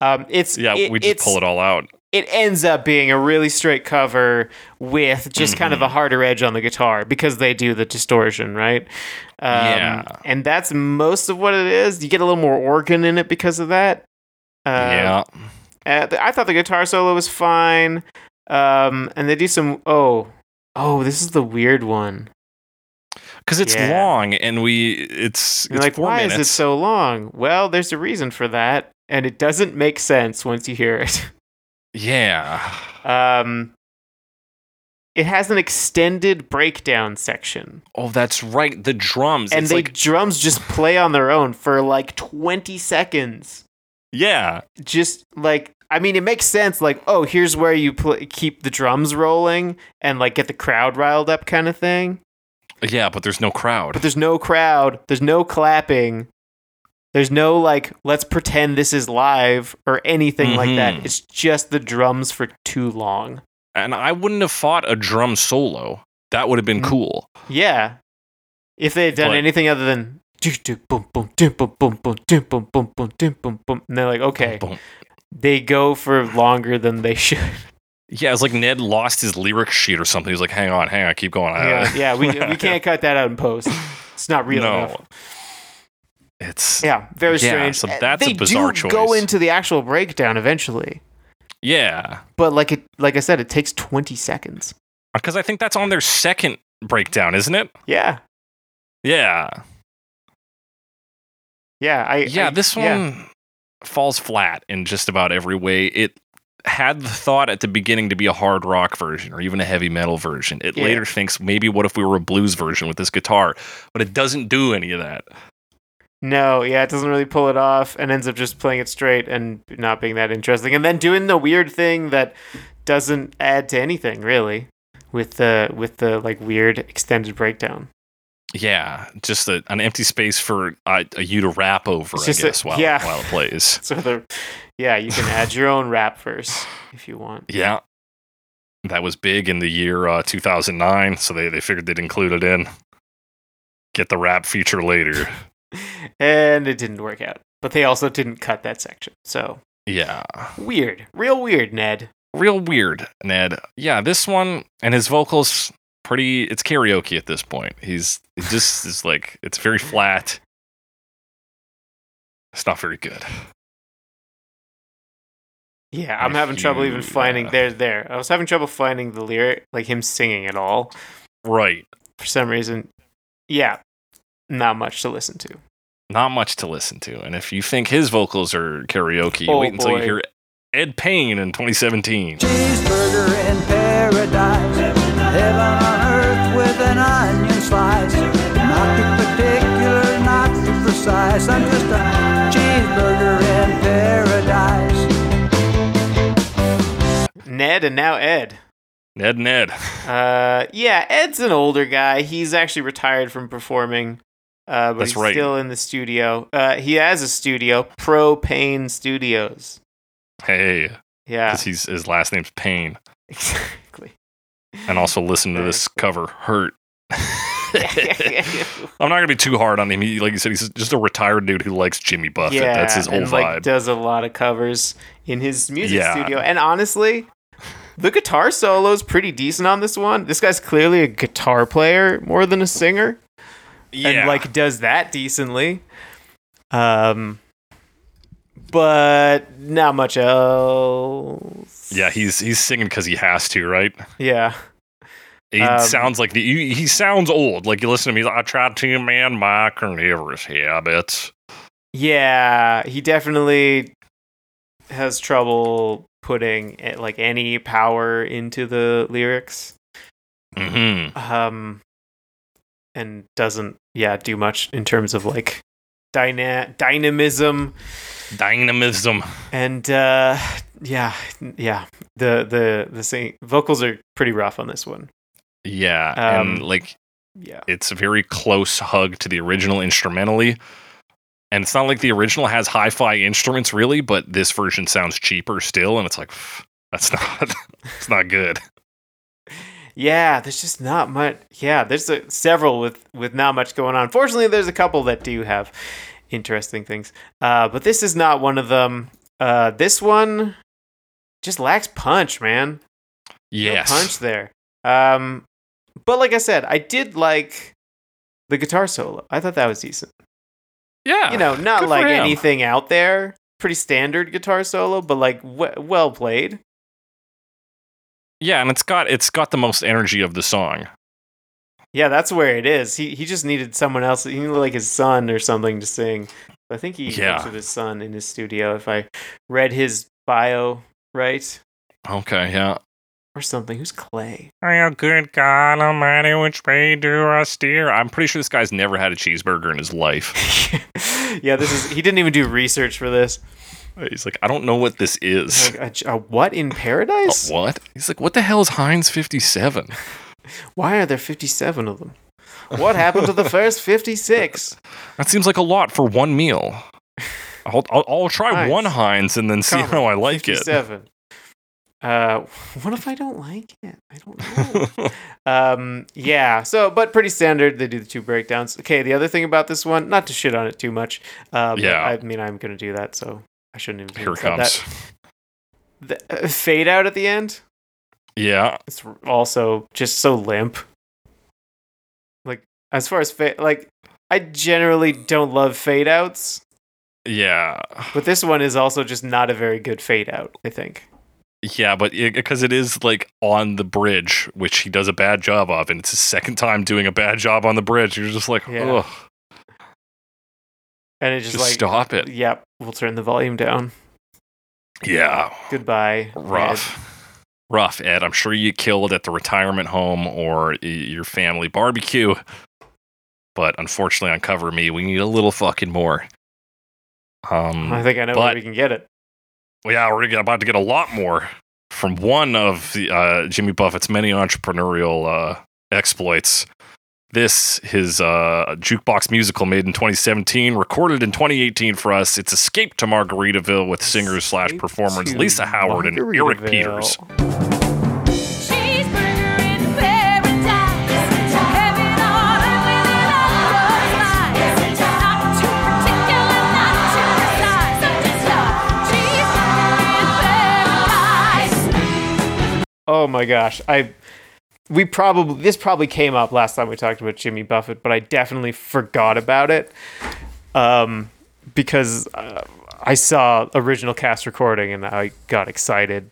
Um, it's
Yeah, we just pull it all out.
It ends up being a really straight cover with just kind
Mm-hmm.
of a harder edge on the guitar because they do the distortion, right? Um,
Yeah.
and that's most of what it is. You get a little more organ in it because of that.
yeah.
Uh, uh, th- I thought the guitar solo was fine. Um, and they do some. Oh, oh, this is the weird one.
Because it's
yeah.
long and we, it's,
You're
it's
like,
four
why
minutes.
is it so long? Well, there's a reason for that, and it doesn't make sense once you hear it.
yeah.
Um, it has an extended breakdown section,
Oh, that's right. The drums.
and
it's
the
like,
drums just play on their own for like 20 seconds.
yeah.
Just like, I mean, it makes sense. Like, oh, here's where you pl- keep the drums rolling and like get the crowd riled up, kind of thing.
Yeah, but there's no crowd.
But there's no crowd. There's no clapping. There's no like, let's pretend this is live or anything like
Mhm.
that. It's just the drums for too long.
and I wouldn't have fought a drum solo. That would have been
Mm.
cool.
Yeah. If they had done
But-
anything other than do do boom boom do boom boom boom do boom boom boom do boom boom, and they're like, okay,
Boom.
they go for longer than they should.
Yeah, it's like Ned lost his lyric sheet or something. He's like, hang on, hang on, keep going.
yeah, yeah, we we can't cut that out in post. It's not real
Uh, No.
enough.
It's
Yeah, very
Yeah,
strange.
so
Uh,
that's a
they
bizarre
do Go
choice.
into the actual breakdown eventually.
yeah.
but like it like i said it takes 20 seconds
Because I think that's on their second breakdown, isn't it?
yeah
Yeah.
Yeah, I
yeah,
I-
this one falls flat in just about every way. It had the thought at the beginning to be a hard rock version or even a heavy metal version. It
Yeah.
later thinks maybe what if we were a blues version with this guitar, but it doesn't do any of that.
No, yeah, it doesn't really pull it off and ends up just playing it straight and not being that interesting. And then doing the weird thing that doesn't add to anything really with the with the like weird extended breakdown.
Yeah, just a, an empty space for uh, you to rap over,
It's
I
just a-
guess, while
yeah.
while it plays.
So the yeah, you can add your own rap verse if you want.
Yeah. That was big in the year uh, 2009, so they, they figured they'd include it in. Get the rap feature later.
And it didn't work out. But they also didn't cut that section. So
yeah.
weird. Real weird, Ned.
Real weird, Ned. Yeah, this one and his vocals pretty it's karaoke at this point. He's it just is like it's very flat. It's not very good.
Yeah, I'm
If
having trouble even
you,
finding
uh,
there there. I was having trouble finding the lyric like him singing at all.
Right.
for some reason, yeah, not much to listen to.
Not much to listen to. And if you think his vocals are karaoke,
Oh,
wait until
boy.
you hear Ed Payne in 2017.
Cheeseburger in paradise. Heaven on earth with an onion slice. Not too particular, not too precise. I'm just a cheeseburger in paradise.
Ned and now Ed.
Ned Ned.
Uh, yeah, Ed's an older guy. He's actually retired from performing, uh, but
That's
he's
right.
still in the studio. Uh, he has a studio, Pro Pain Studios.
Hey.
Yeah,
because he's his last name's Payne,
exactly.
and also listen to this cover hurt. I'm not gonna be too hard on him. He, like you said, he's just a retired dude who likes Jimmy Buffett.
yeah,
That's his whole
and, like,
vibe.
does a lot of covers in his music
Yeah.
studio. And honestly, the guitar solo's pretty decent on this one. This guy's clearly a guitar player more than a singer.
yeah,
and like does that decently. Um, but not much else.
yeah, he's he's singing because he has to, right?
Yeah,
He
Um,
sounds like the he, he sounds old. Like you listen to me, he's like, I tried to man my carnivorous habits.
yeah. He definitely has trouble putting eh, like any power into the lyrics.
hmm
Um, and doesn't yeah do much in terms of like dyna- dynamism
Dynamism.
and uh yeah yeah the the the sing- vocals are pretty rough on this one
Yeah,
Um,
and like
yeah
it's a very close hug to the original instrumentally. And it's not like the original has hi fi instruments really, but this version sounds cheaper still. And it's like, "Pff, that's not, it's not good.
yeah there's just not much yeah there's a, several with with not much going on fortunately there's a couple that do have interesting things uh but this is not one of them uh this one just lacks punch man No
Yes.
punch there um but like i said i did like the guitar solo i thought that was decent
Yeah.
you know,
Ah, good
not
for
like
him.
anything out there. Pretty standard guitar solo, but like we- well played.
Yeah. And it's got, it's got the most energy of the song.
Yeah, that's where it is. He he just needed someone else. He needed like his son or something to sing. I think he
Yeah.
works with his son in his studio. If I read his bio right
Okay. Yeah.
or something, who's Clay?
Oh, good God Almighty, which way do I steer? I'm pretty sure this guy's never had a cheeseburger in his life.
yeah, this is. He didn't even do research for this.
He's like, I don't know what this is.
Like, a, a what in paradise?
what? He's like, what the hell is Heinz 57?
Why are there fifty-seven of them? What happened to the first fifty-six?
That seems like a lot for one meal. I'll, I'll, I'll try
Heinz.
one Heinz and then see
Comma,
how I like it.
Fifty-seven. Uh, what if I don't like it? I don't know. um, yeah. So, but pretty standard. They do the two breakdowns. Okay. The other thing about this one, not to shit on it too much. Uh, but
Yeah.
I mean, I'm gonna do that, so I shouldn't even.
Here it
said
comes.
That. The, uh, fade out at the end.
Yeah.
It's also just so limp. Like as far as fade, like I generally don't love fade outs,
Yeah.
but this one is also just not a very good fade out. I think.
Yeah, but because it is like on the bridge, which he does a bad job of, and it's his second time doing a bad job on the bridge. You're just like,
Yeah.
ugh.
and it just,
Just
like
stop it.
Yep, we'll turn the volume down.
Yeah.
Goodbye. Ed.
Rough. Rough, Ed. I'm sure you get killed at the retirement home or y- your family barbecue. But unfortunately, on Cover Me, we need a little fucking more. Um,
I think I know where
But-
we can get it.
well, yeah, we're gonna- about to get a lot more from one of the, uh, Jimmy Buffett's many entrepreneurial uh, exploits. This his uh, jukebox musical made in 2017, recorded in 2018 for us. It's Escape to Margaritaville with singers slash
Escape
performers
to
Lisa Howard and Eric
Margaritaville.
Peters.
Cheeseburger in paradise, heaven on earth with a lover's lies. Not too particular, not too precise. I'm just a cheeseburger in paradise.
Oh my gosh, I we probably this probably came up last time we talked about Jimmy Buffett, but I definitely forgot about it. Um, because uh, I saw original cast recording and I got excited.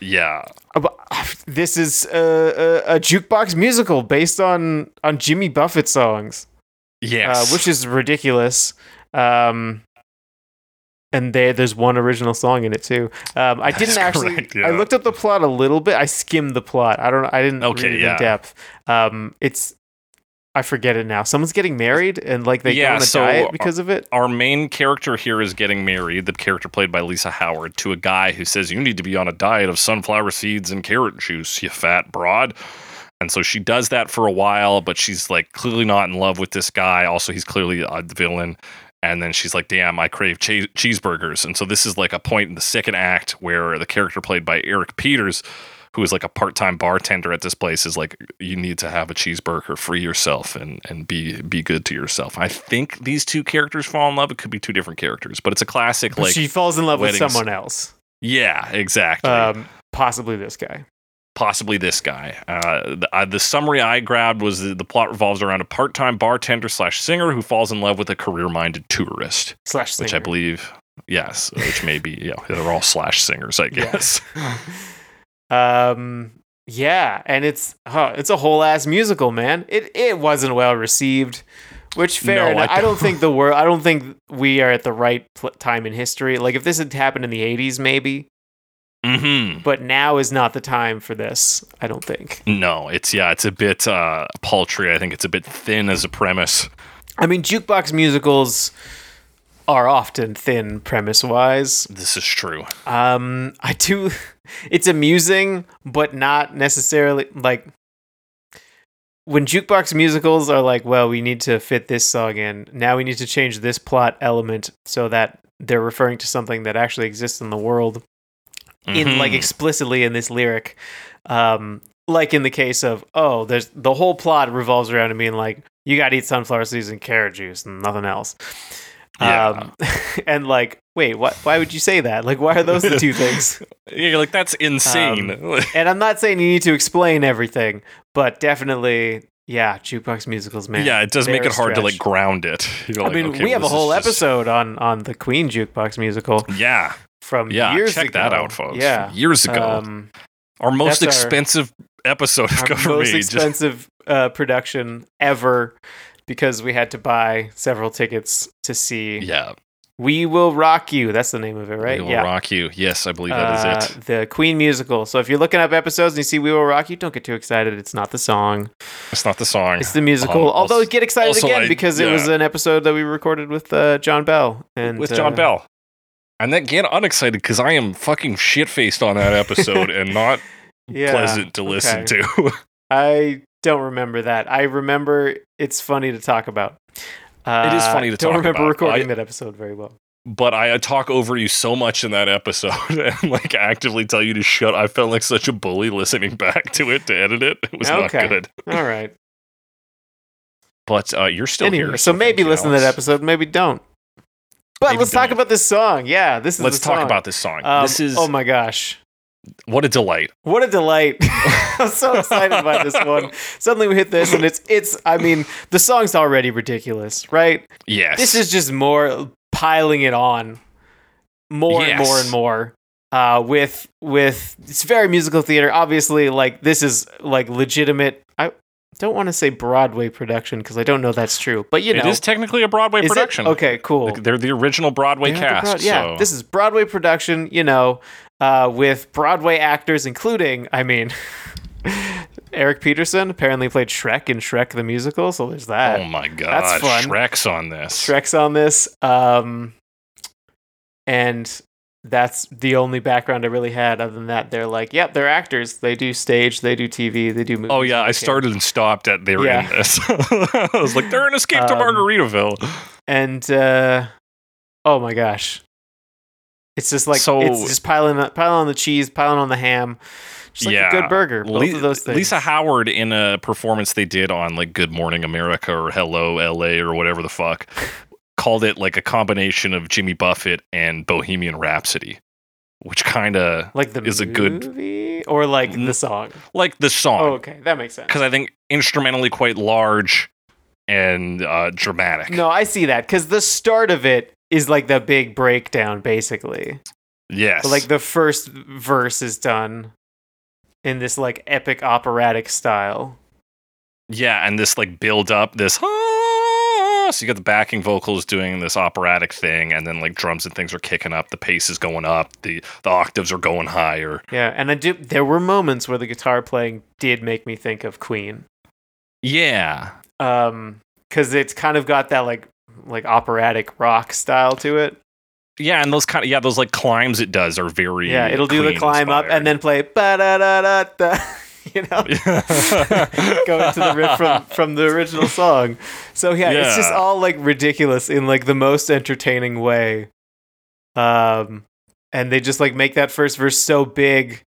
Yeah,
Uh, but, uh, This is a, a, a jukebox musical based on on Jimmy Buffett songs.
yes,
uh, which is ridiculous. Um, and there, there's one original song in it too. Um, I
That's
didn't actually.
correct,
I
yeah.
looked up the plot a little bit. I skimmed the plot. I don't. I didn't
Okay,
read it
yeah.
in depth. Um, it's. I forget it now. Someone's getting married, and like they
Yeah,
go on a
so, uh,
diet because of it.
our main character here is getting married, the character played by Lisa Howard, to a guy who says, You need to be on a diet of sunflower seeds and carrot juice, you fat broad. And so she does that for a while, but she's like clearly not in love with this guy. Also, he's clearly a villain. And then she's like, Damn, I crave che- cheeseburgers. And so this is like a point in the second act where the character played by Eric Peters. Who is like a part-time bartender at this place is like you need to have a cheeseburger, free yourself, and and be be good to yourself. I think these two characters fall in love. It could be two different characters, but it's a classic. Like,
she falls in love with
weddings.
someone else,
yeah, exactly.
um, possibly this guy.
possibly this guy. Uh, the, uh, the summary I grabbed was that the plot revolves around a part-time bartender slash singer who falls in love with a career-minded tourist,
Slash
which I
singer.
believe, yes, which may be, yeah, they're all slash singers, I guess.
um yeah and it's huh, it's a whole ass musical man it it wasn't well received which fair
No,
enough.
I
I, don't
don't-
think the world i don't think we are at the right pl- time in history like if this had happened in the 80s maybe
hmm
but now is not the time for this i don't think
No, it's yeah, it's a bit uh, paltry. I think it's a bit thin as a premise.
i mean jukebox musicals are often thin premise wise
This is true.
Um, I do. It's amusing, but not necessarily like when jukebox musicals are like, well, we need to fit this song in. Now we need to change this plot element so that they're referring to something that actually exists in the world in like
Mhm.
explicitly in this lyric. Um, like in the case of oh, there's the whole plot revolves around him being like, you got to eat sunflower seeds and carrot juice and nothing else. Um, and like, wait, what? Why would you say that? Like, why are those the two things?
Yeah, you're like that's insane.
And I'm not saying you need to explain everything, but definitely, yeah, jukebox musicals, man.
yeah, it does make
they're
it hard to
stretch.
like ground it. You're
I
like,
mean,
okay,
we have a
well, this is
whole
just-
episode on on the Queen jukebox musical
Yeah,
from
yeah,
years
check
ago.
that out, folks.
Yeah,
years ago.
um,
Our most
That's our-
expensive episode of
our
Cover
most
Me. Just-
expensive uh, production ever because we had to buy several tickets to see.
yeah,
We will rock you. That's the name of it, right?
We will
yeah.
rock you. Yes, I believe that is
Uh, The Queen musical. So if you're looking up episodes and you see "We Will Rock You," don't get too excited. It's not the song.
it. It's not the song.
It's the musical.
Um,
Although
also-
get excited
also
again
I-
because it was
yeah.
an episode that we recorded with uh, John Bell and
with John
uh,
Bell. And then get unexcited because I am fucking shit faced on that episode and not
Yeah,
pleasant to listen
okay.
to.
I don't remember that. I remember it's funny to talk about. Uh,
It is funny to
don't
talk
remember
about.
recording
I-
that episode very well.
but I talk over you so much in that episode and like actively tell you to shut. I felt like such a bully listening back to it to edit it. It was
Okay.
not good.
All right.
But uh, you're still
anyway,
here.
so
thank
maybe
you,
listen to
Alex.
that episode. Maybe don't. But
Maybe
let's talk
don't.
about this song. Yeah, this is.
Let's
the
talk
song.
about this song.
Um,
this is
Oh my gosh.
what a delight.
What a delight! I'm so excited about this one. Suddenly we hit this, and it's it's. I mean, the song's already ridiculous, right?
Yes.
This is just more piling it on, more and more
Yes.
and more. Uh, with with it's very musical theater. Obviously, like this is like legitimate. I don't want to say Broadway production because I don't know that's true, but you know,
It is technically a Broadway
Is it?
production.
Okay, cool.
Like, They're the original Broadway
They have
cast.
the Broad- yeah,
so.
this is Broadway production, you know, uh, with Broadway actors, including, I mean, Eric Peterson apparently played Shrek in Shrek the Musical, so there's that.
oh my god,
that's fun.
Shrek's on this.
Shrek's on this, um, and that's the only background I really had. Other than that, they're like, yep, they're actors. They do stage, they do TV, they do movies.
Oh yeah, I
Okay.
started and stopped at they were
Yeah.
in this. I was like, they're in Escape to
Um,
Margaritaville.
and uh, oh my gosh, it's just like
So-
it's just piling up, piling on the cheese, piling on the ham. Just like
Yeah.
a good burger. Both
Le-
of those things.
Lisa Howard in a performance they did on like Good Morning America or Hello LA or whatever the fuck called it like a combination of Jimmy Buffett and Bohemian Rhapsody, which kind of
like the
is a good-
movie or like
Mm.
the song.
like the song.
Oh, okay, that makes sense.
because I think instrumentally quite large and uh, dramatic.
No, I see that because the start of it is like the big breakdown, basically.
Yes.
But, like the first verse is done in this like epic operatic style.
yeah, and this like build up this. "Ah," So you got the backing vocals doing this operatic thing, and then like drums and things are kicking up. The pace is going up. The the octaves are going higher.
Yeah, and I do. There were moments where the guitar playing did make me think of Queen.
Yeah.
um because it's kind of got that like like operatic rock style to it
Yeah, and those kind of yeah, those like climbs it does are very
yeah it'll do the
Queen
climb up
inspired.
and then play ba-da-da-da-da, you know go into the riff from from the original song so yeah, it's just
Yeah.
all like ridiculous in like the most entertaining way um and they just like make that first verse so big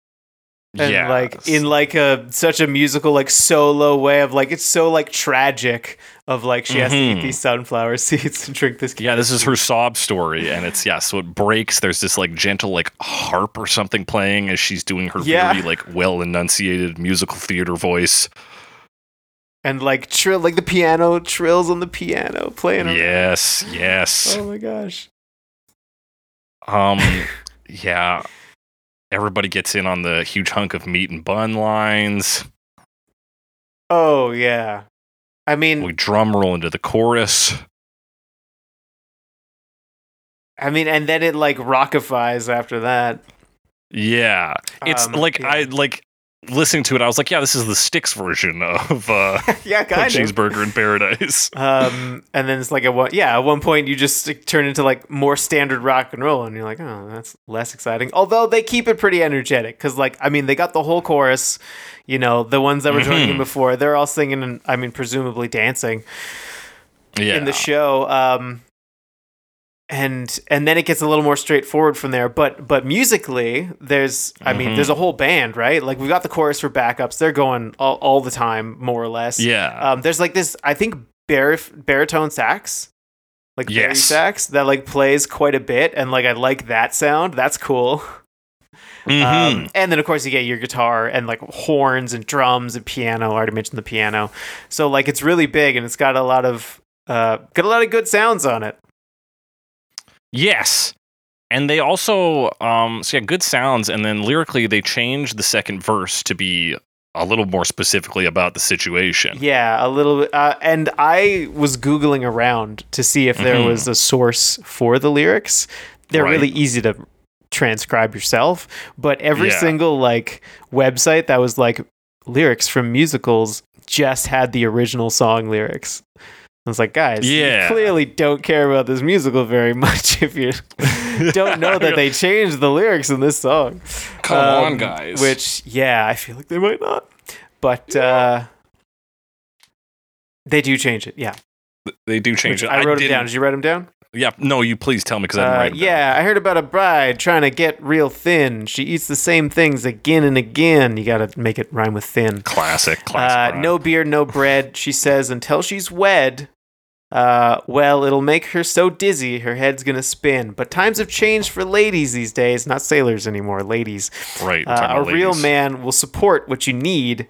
and
yeah.
like in like a such a musical like solo way of like it's so like tragic of like she has to eat
Mhm.
these sunflower seeds and drink this
Yeah, this is her sob story, and it's yeah. So it breaks. There's this like gentle like harp or something playing as she's doing her
Yeah.
very like well enunciated musical theater voice.
and like trill like the piano trills on the piano playing around.
Yes, yes.
oh my gosh Oh.
Um, yeah. Everybody gets in on the huge hunk of meat and bun lines.
oh yeah i mean
We drum roll into the chorus.
i mean and then it like rockifies after that
Yeah, it's
Um,
like
yeah.
I like listening to it. I was like, yeah, this is the Sticks version of uh,
yeah kind of
Cheeseburger in Paradise.
um and then it's like at one yeah at one point you just like, turn into like more standard rock and roll and you're like oh that's less exciting although they keep it pretty energetic because like i mean they got the whole chorus you know the ones that were joining
Mhm.
before they're all singing and i mean presumably dancing
Yeah,
in the show um and and then it gets a little more straightforward from there but but musically there's i mean
Mhm.
there's a whole band right like we've got the chorus for backups they're going all, all the time more or less
yeah.
um, there's like this, I think, bar- baritone sax, like yes.
Yes.
sax that like plays quite a bit, and like I like that sound. That's cool.
Mhm.
Um, and then of course you get your guitar and like horns and drums and piano. I already mentioned the piano, so like it's really big and it's got a lot of uh, got a lot of good sounds on it.
Yes. And they also um so yeah, good sounds and then lyrically they changed the second verse to be a little more specifically about the situation.
Yeah, a little. bit. Uh, and I was googling around to see if there
Mhm.
was a source for the lyrics. They're
Right.
really easy to transcribe yourself, but every
Yeah.
single like website that was like lyrics from musicals just had the original song lyrics. I was like, guys,
Yeah.
you clearly don't care about this musical very much if you don't know that they changed the lyrics in this song.
Come
Um,
on, guys.
Which, yeah, I feel like they might not. But uh, they do change it. Yeah.
they do
Which
change it.
I wrote them
didn't-
down. Did you write them down?
Yeah, no, you please tell me because I didn't
Uh,
write it down.
yeah, I heard about a bride trying to get real thin. She eats the same things again and again. You got to make it rhyme with thin.
Classic,
Uh,
classic.
no beer, no bread, she says, until she's wed. Uh, well, it'll make her so dizzy, her head's gonna spin. But times have changed for ladies these days, not sailors anymore, ladies.
right. we're
Uh,
talking
a
about
real
ladies.
man will support what you need,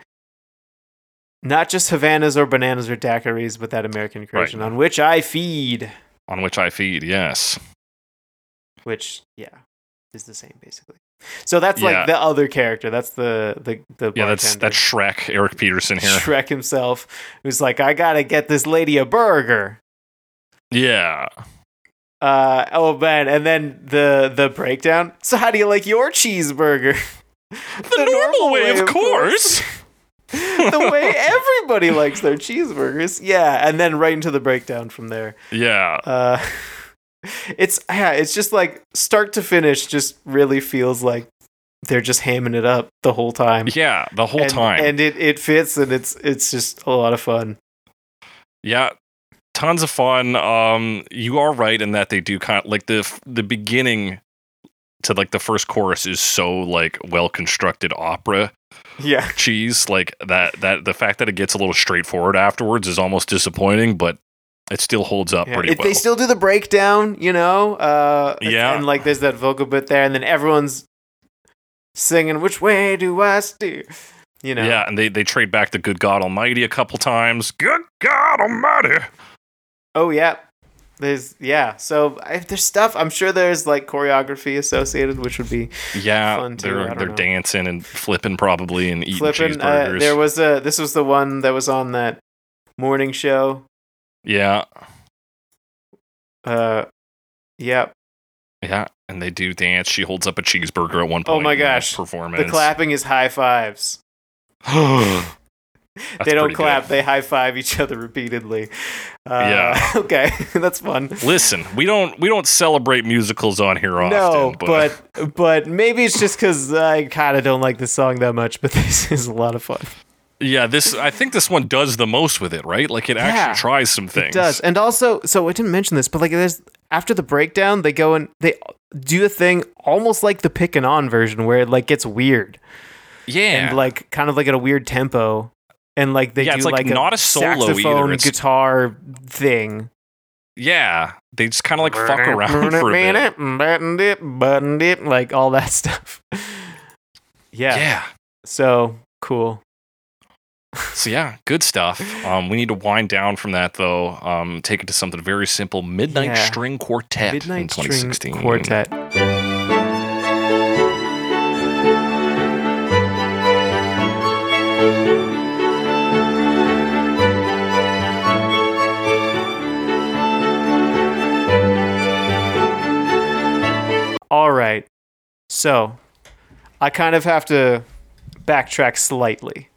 not just Havanas or bananas or daiquiris, but that American creation on which I feed.
on which I feed. Yes.
Which, yeah, is the same basically. So that's
Yeah.
like the other character. That's the the the
Yeah, that's
bartender.
that's Shrek, Eric Peterson here.
Shrek himself, who's like, I gotta get this lady a burger.
Yeah.
Uh, oh man! And then the the breakdown. So how do you like your cheeseburger? The,
Normal way, of course.
the way everybody likes their cheeseburgers. Yeah, and then right into the breakdown from there.
Yeah.
Uh, it's yeah, it's just like start to finish. Just really feels like they're just hamming it up the whole time.
Yeah, the whole
and,
time.
and it it fits, and it's it's just a lot of fun.
Yeah, tons of fun. Um, you are right in that they do kind of like the f- the beginning to like the first chorus is so like well constructed opera
Yeah.
cheese. Like that that the fact that it gets a little straightforward afterwards is almost disappointing, but it still holds up
Yeah,
pretty
it-
well.
They still do the breakdown, you know. Uh,
Yeah.
and like there's that vocal bit there, and then everyone's singing, "Which way do I steer?" You know.
Yeah, and they, they trade back to Good God Almighty a couple times. Good God Almighty.
Oh yeah. There's yeah. So I, there's stuff. I'm sure there's like choreography associated, which would be
Yeah,
Fun too, I
they're
don't
they're
know.
dancing and flipping probably and eating
flipping. Uh,
cheeseburgers.
there was a. This was the one that was on that morning show.
yeah,
Uh, yeah.
Yeah, and they do dance. She holds up a cheeseburger at one
Oh
point.
my
in that
gosh, the
Performance.
The clapping is high fives.
That's
they don't
pretty
clap.
good.
They high five each other repeatedly. Uh,
Yeah.
Okay, that's fun.
Listen, we don't we don't celebrate musicals on here often.
No,
but,
but but, maybe it's just because I kind of don't like this song that much. But this is a lot of fun.
yeah, this I think this one does the most with it, right? Like it
Yeah,
actually tries some things.
It does, and also, so I didn't mention this, but like, there's after the breakdown, they go and they do a thing almost like the pick and on version, where it like gets weird
Yeah,
and like kind of like at a weird tempo, and like they
Yeah,
do
it's, like, not a solo either,
saxophone
it's-
guitar thing.
yeah. They just kind of like fuck around for a bit.
Button dip, button dip, like all that stuff.
Yeah.
yeah. So cool.
So yeah, good stuff. Um, we need to wind down from that though. Um, take it to something very simple: Midnight
Yeah.
String Quartet in
Midnight
2016.
String Quartet. All right. So, I kind of have to backtrack slightly.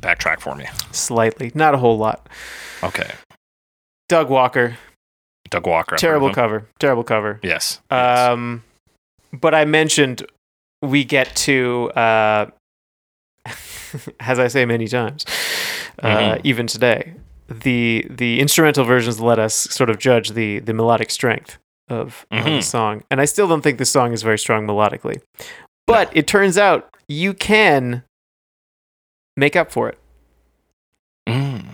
Backtrack for me.
Slightly. Not a whole lot.
Okay,
Doug Walker.
Doug Walker. I've heard of
terrible
him.
cover. Terrible cover.
Yes. yes.
Um, but I mentioned we get to, uh, as I say many times, uh,
Mhm.
even today, the the instrumental versions let us sort of judge the the melodic strength of, of the
Mhm.
song, and I still don't think the song is very strong melodically. But it turns out you can make up for it.
Mm.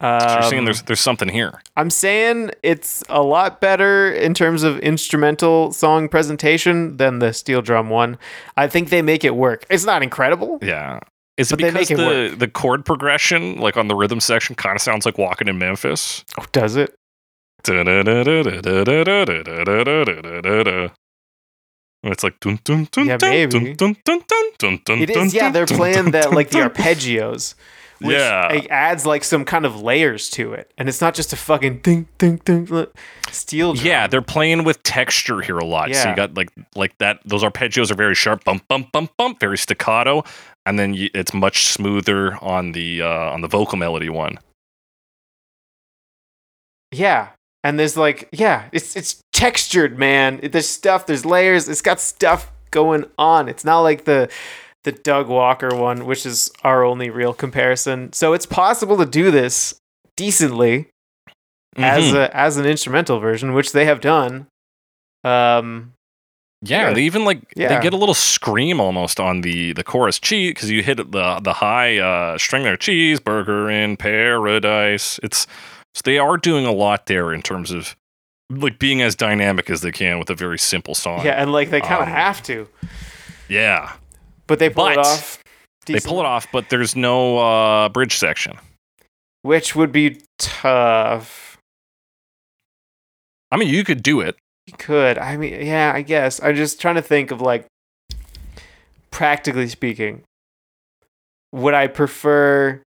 So
Um,
you're saying there's there's something here.
I'm saying it's a lot better in terms of instrumental song presentation than the steel drum one. I think they make it work. It's not incredible.
Yeah. Is it
But they
because
make it
the, the chord progression, like on the rhythm section, kind of sounds like walking in Memphis?
Oh, does it?
It's like dun dun dun
Yeah,
dun, dun
maybe.
dun dun dun dun dun.
It
dun,
is. Yeah,
dun,
they're
dun,
playing
dun,
that
dun,
like the
dun.
arpeggios, which
Yeah.
like, adds like some kind of layers to it, and it's not just a fucking ding ding ding look, steel drum.
Yeah, they're playing with texture here a lot. So
Yeah.
you got like like that. Those arpeggios are very sharp, bump bump bump bump, very staccato, and then you, it's much smoother on the uh, on the vocal melody one.
yeah. And there's like yeah, it's it's textured, man. It- There's stuff. There's layers. It's got stuff going on. It's not like the the Doug Walker one, which is our only real comparison. So it's possible to do this decently as
Mhm.
a as an instrumental version, which they have done. Um,
Yeah,
Good.
they even like
Yeah.
they get a little scream almost on the the chorus cheese because you hit the the high uh, string there. Cheeseburger in paradise. It's so they are doing a lot there in terms of like being as dynamic as they can with a very simple song.
yeah, and like they kind of
Um,
have to,
yeah.
but they pull it
but
off.
They pull it off, but there's no uh, bridge section.
which would be tough.
I mean, you could do it.
You could. I mean, yeah, I guess. I'm just trying to think of like practically speaking, would I prefer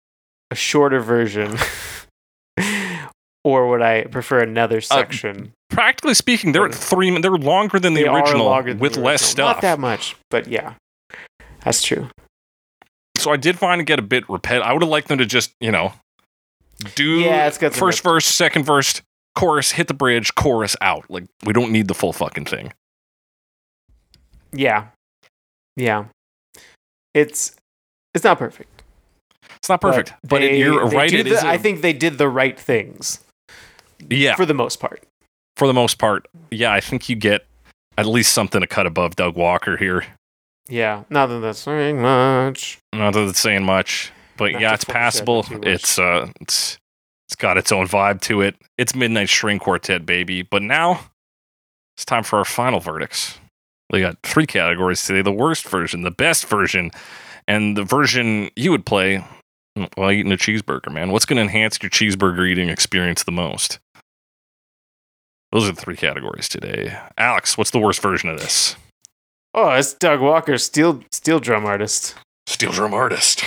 a shorter version or would I prefer
Uh,
another section?
Practically speaking, they're three. min- They're longer than the
They are
original
longer than
with
the
less
original.
stuff.
Not that much, but yeah. That's true.
so I did find it get a bit repet. I would have liked them to just you know do
Yeah, it's got some
first verse, second verse, chorus, hit the bridge, chorus out. Like we don't need the full fucking thing.
Yeah. Yeah. It's it's not perfect.
It's not perfect, but, it,
they-
you're
they
right.
did
It
the-
is. a-
I think they did the right things
yeah,
for the most part.
for the most part. Yeah, I think you get at least something to cut above Doug Walker here.
Yeah. Not that that's saying much.
Not that it's saying much, but
Not
yeah,
to
it's
focus that
passable.
too much.
It's uh, it's it's got its own vibe to it. It's Midnight String Quartet, baby. But now it's time for our final verdicts. We got three categories today: the worst version, the best version, and the version you would play while eating a cheeseburger. Man, what's going to enhance your cheeseburger eating experience the most? Those are the three categories today. Alex, what's the worst version of this?
Oh, it's Doug Walker, steel steel drum artist.
Steel drum artist.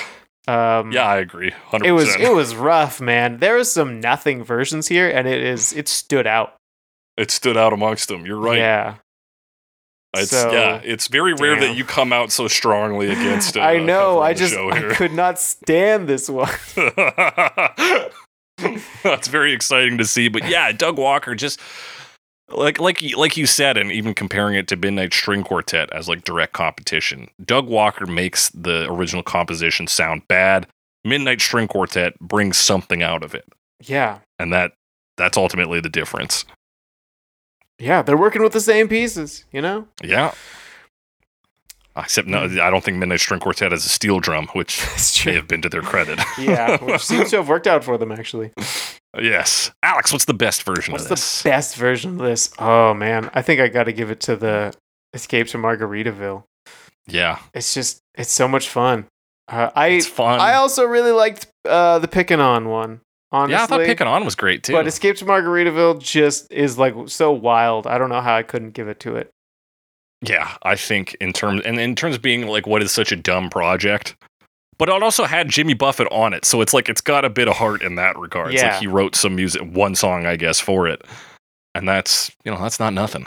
Um
Yeah, I agree. 100%.
It was it was rough, man. There was some nothing versions here, and it is it stood out.
it stood out amongst them. You're right.
Yeah.
It's
So-
yeah, it's very rare that
Damn.
you come out so strongly against uh, it.
I know. I just I could not stand this one.
That's very exciting to see, but yeah, Doug Walker just like like you- like you said and even comparing it to Midnight String Quartet as like direct competition. Doug Walker makes the original composition sound bad. Midnight String Quartet brings something out of it.
Yeah.
And that that's ultimately the difference.
Yeah. They're working with the same pieces, you know?
Yeah. Except no,
Hmm.
I don't think Midnight String Quartet has a steel drum, which
That's
may have been to their credit.
yeah. Which seems to have worked out for them actually.
yes. Alex, what's the best version
What's
of
the
this?
best version of this? Oh man. I think I gotta give it to the Escapes from Margaritaville.
yeah,
It's just it's so much fun. Uh, I
it's fun.
I also really liked uh, the picking on one. Honestly.
yeah, I thought Picking On was great too.
But Escape to Margaritaville just is like so wild. I don't know how I couldn't give it to it.
yeah, I think in terms and in terms of being like what is such a dumb project, but it also had Jimmy Buffett on it, so it's like it's got a bit of heart in that regard. It's
Yeah.
like he wrote some music, one song, I guess, for it, and that's you know that's not nothing.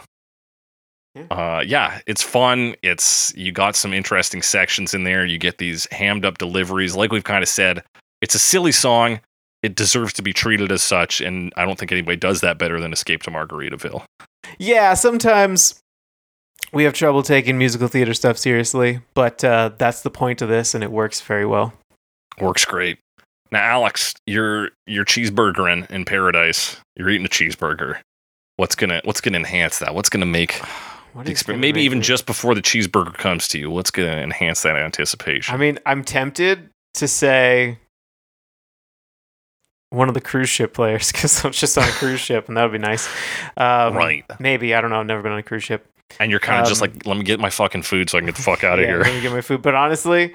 Yeah.
Uh, yeah, it's fun. It's you got some interesting sections in there. You get these hammed up deliveries, like we've kind of said. It's a silly song. It deserves to be treated as such, and I don't think anybody does that better than Escape to Margaritaville.
Yeah, sometimes we have trouble taking musical theater stuff seriously, but uh, that's the point of this, and it works very well.
Works great. Now, Alex, you're you're cheeseburgering in paradise. You're eating a cheeseburger. What's gonna What's gonna enhance that? What's gonna make
What
the
is
experience?
gonna
Maybe
make
even
it-
just before the cheeseburger comes to you. What's gonna enhance that anticipation?
I mean, I'm tempted to say one of the cruise ship players because I'm just on a cruise ship, and that would be nice. Um,
Right.
Maybe I don't know. I've never been on a cruise ship.
and you're kind of just
um,
like, let me get my fucking food so I can get the fuck out of
Yeah,
here.
Let me get my food. But honestly,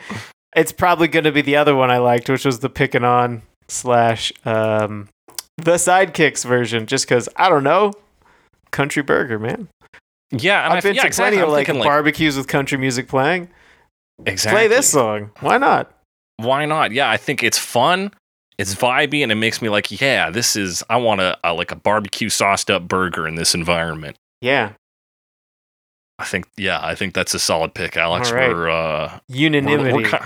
it's probably going to be the other one I liked, which was the picking on slash um, the sidekicks version. Just because I don't know, country burger, man.
Yeah, and
I've been
yeah,
to
exactly.
plenty of
I'm
like
thinking,
barbecues with country music playing.
exactly.
Play this song. Why not?
why not? Yeah, I think it's fun. It's vibey and it makes me like, yeah, this is. I want a, a like a barbecue sauced up burger in this environment.
Yeah,
I think, yeah, I think that's a solid pick, Alex.
All right.
We're uh, we're,
unanimity.
we're ki-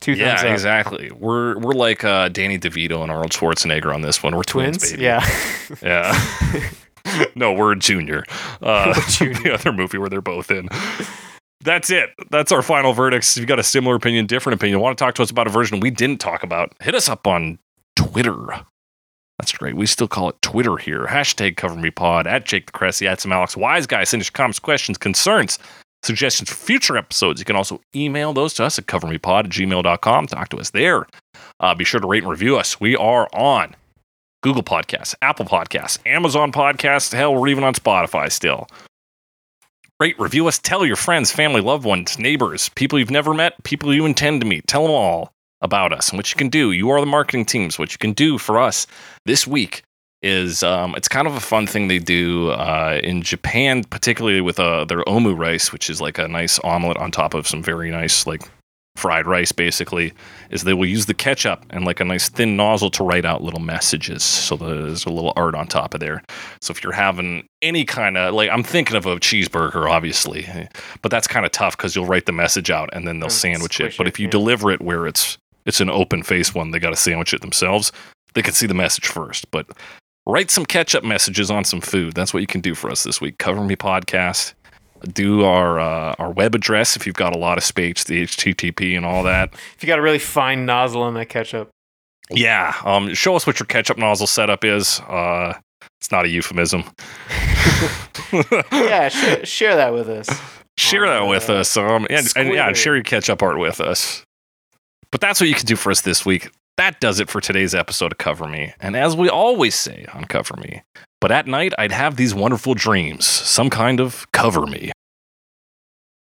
Two
yeah,
thumbs up.
exactly. We're we're like uh, Danny DeVito and Arnold Schwarzenegger on this one. We're twins,
Twins.
baby.
Yeah.
yeah. no, we're junior. Uh,
We're junior.
the other movie where they're both in. That's it. That's our final verdicts. If you got a similar opinion, different opinion, want to talk to us about a version we didn't talk about, hit us up on Twitter. That's great. We still call it Twitter here. Hashtag cover me pod at Jake the Cressy at some Alex Wise Guy. Send us your comments, questions, concerns, suggestions for future episodes. You can also email those to us at covermepod at gmail.com. Talk to us there. Uh, be sure to rate and review us. We are on Google Podcasts, Apple Podcasts, Amazon Podcasts. Hell, we're even on Spotify still. Rate, review us. Tell your friends, family, loved ones, neighbors, people you've never met, people you intend to meet. Tell them all about us and what you can do. You are the marketing teams. What you can do for us this week is um, it's kind of a fun thing they do uh, in Japan, particularly with uh, their omu rice, which is like a nice omelet on top of some very nice like fried rice. Basically, is they will use the ketchup and like a nice thin nozzle to write out little messages. So there's a little art on top of there. So if you're having any kind of like, I'm thinking of a cheeseburger, obviously, but that's kind of tough because you'll write the message out and then they'll
And
sandwich
squish
it. But
it,
if you
yeah.
deliver it where it's it's an open face one, they got to sandwich it themselves. They can see the message first, but write some catch-up messages on some food. That's what you can do for us this week. Cover me podcast. Do our uh, our web address if you've got a lot of space, the HTTP and all that.
If you got a really fine nozzle on that ketchup,
Yeah, um, show us what your ketchup nozzle setup is. Uh, it's not a euphemism.
yeah, sh- share that with us.
share that with
Uh,
us. Um, and, and yeah,
squidward.
share your catch-up art with us. But that's what you can do for us this week. That does it for today's episode of Cover Me. And as we always say on Cover Me, but at night I'd have these wonderful dreams, some kind of cover me.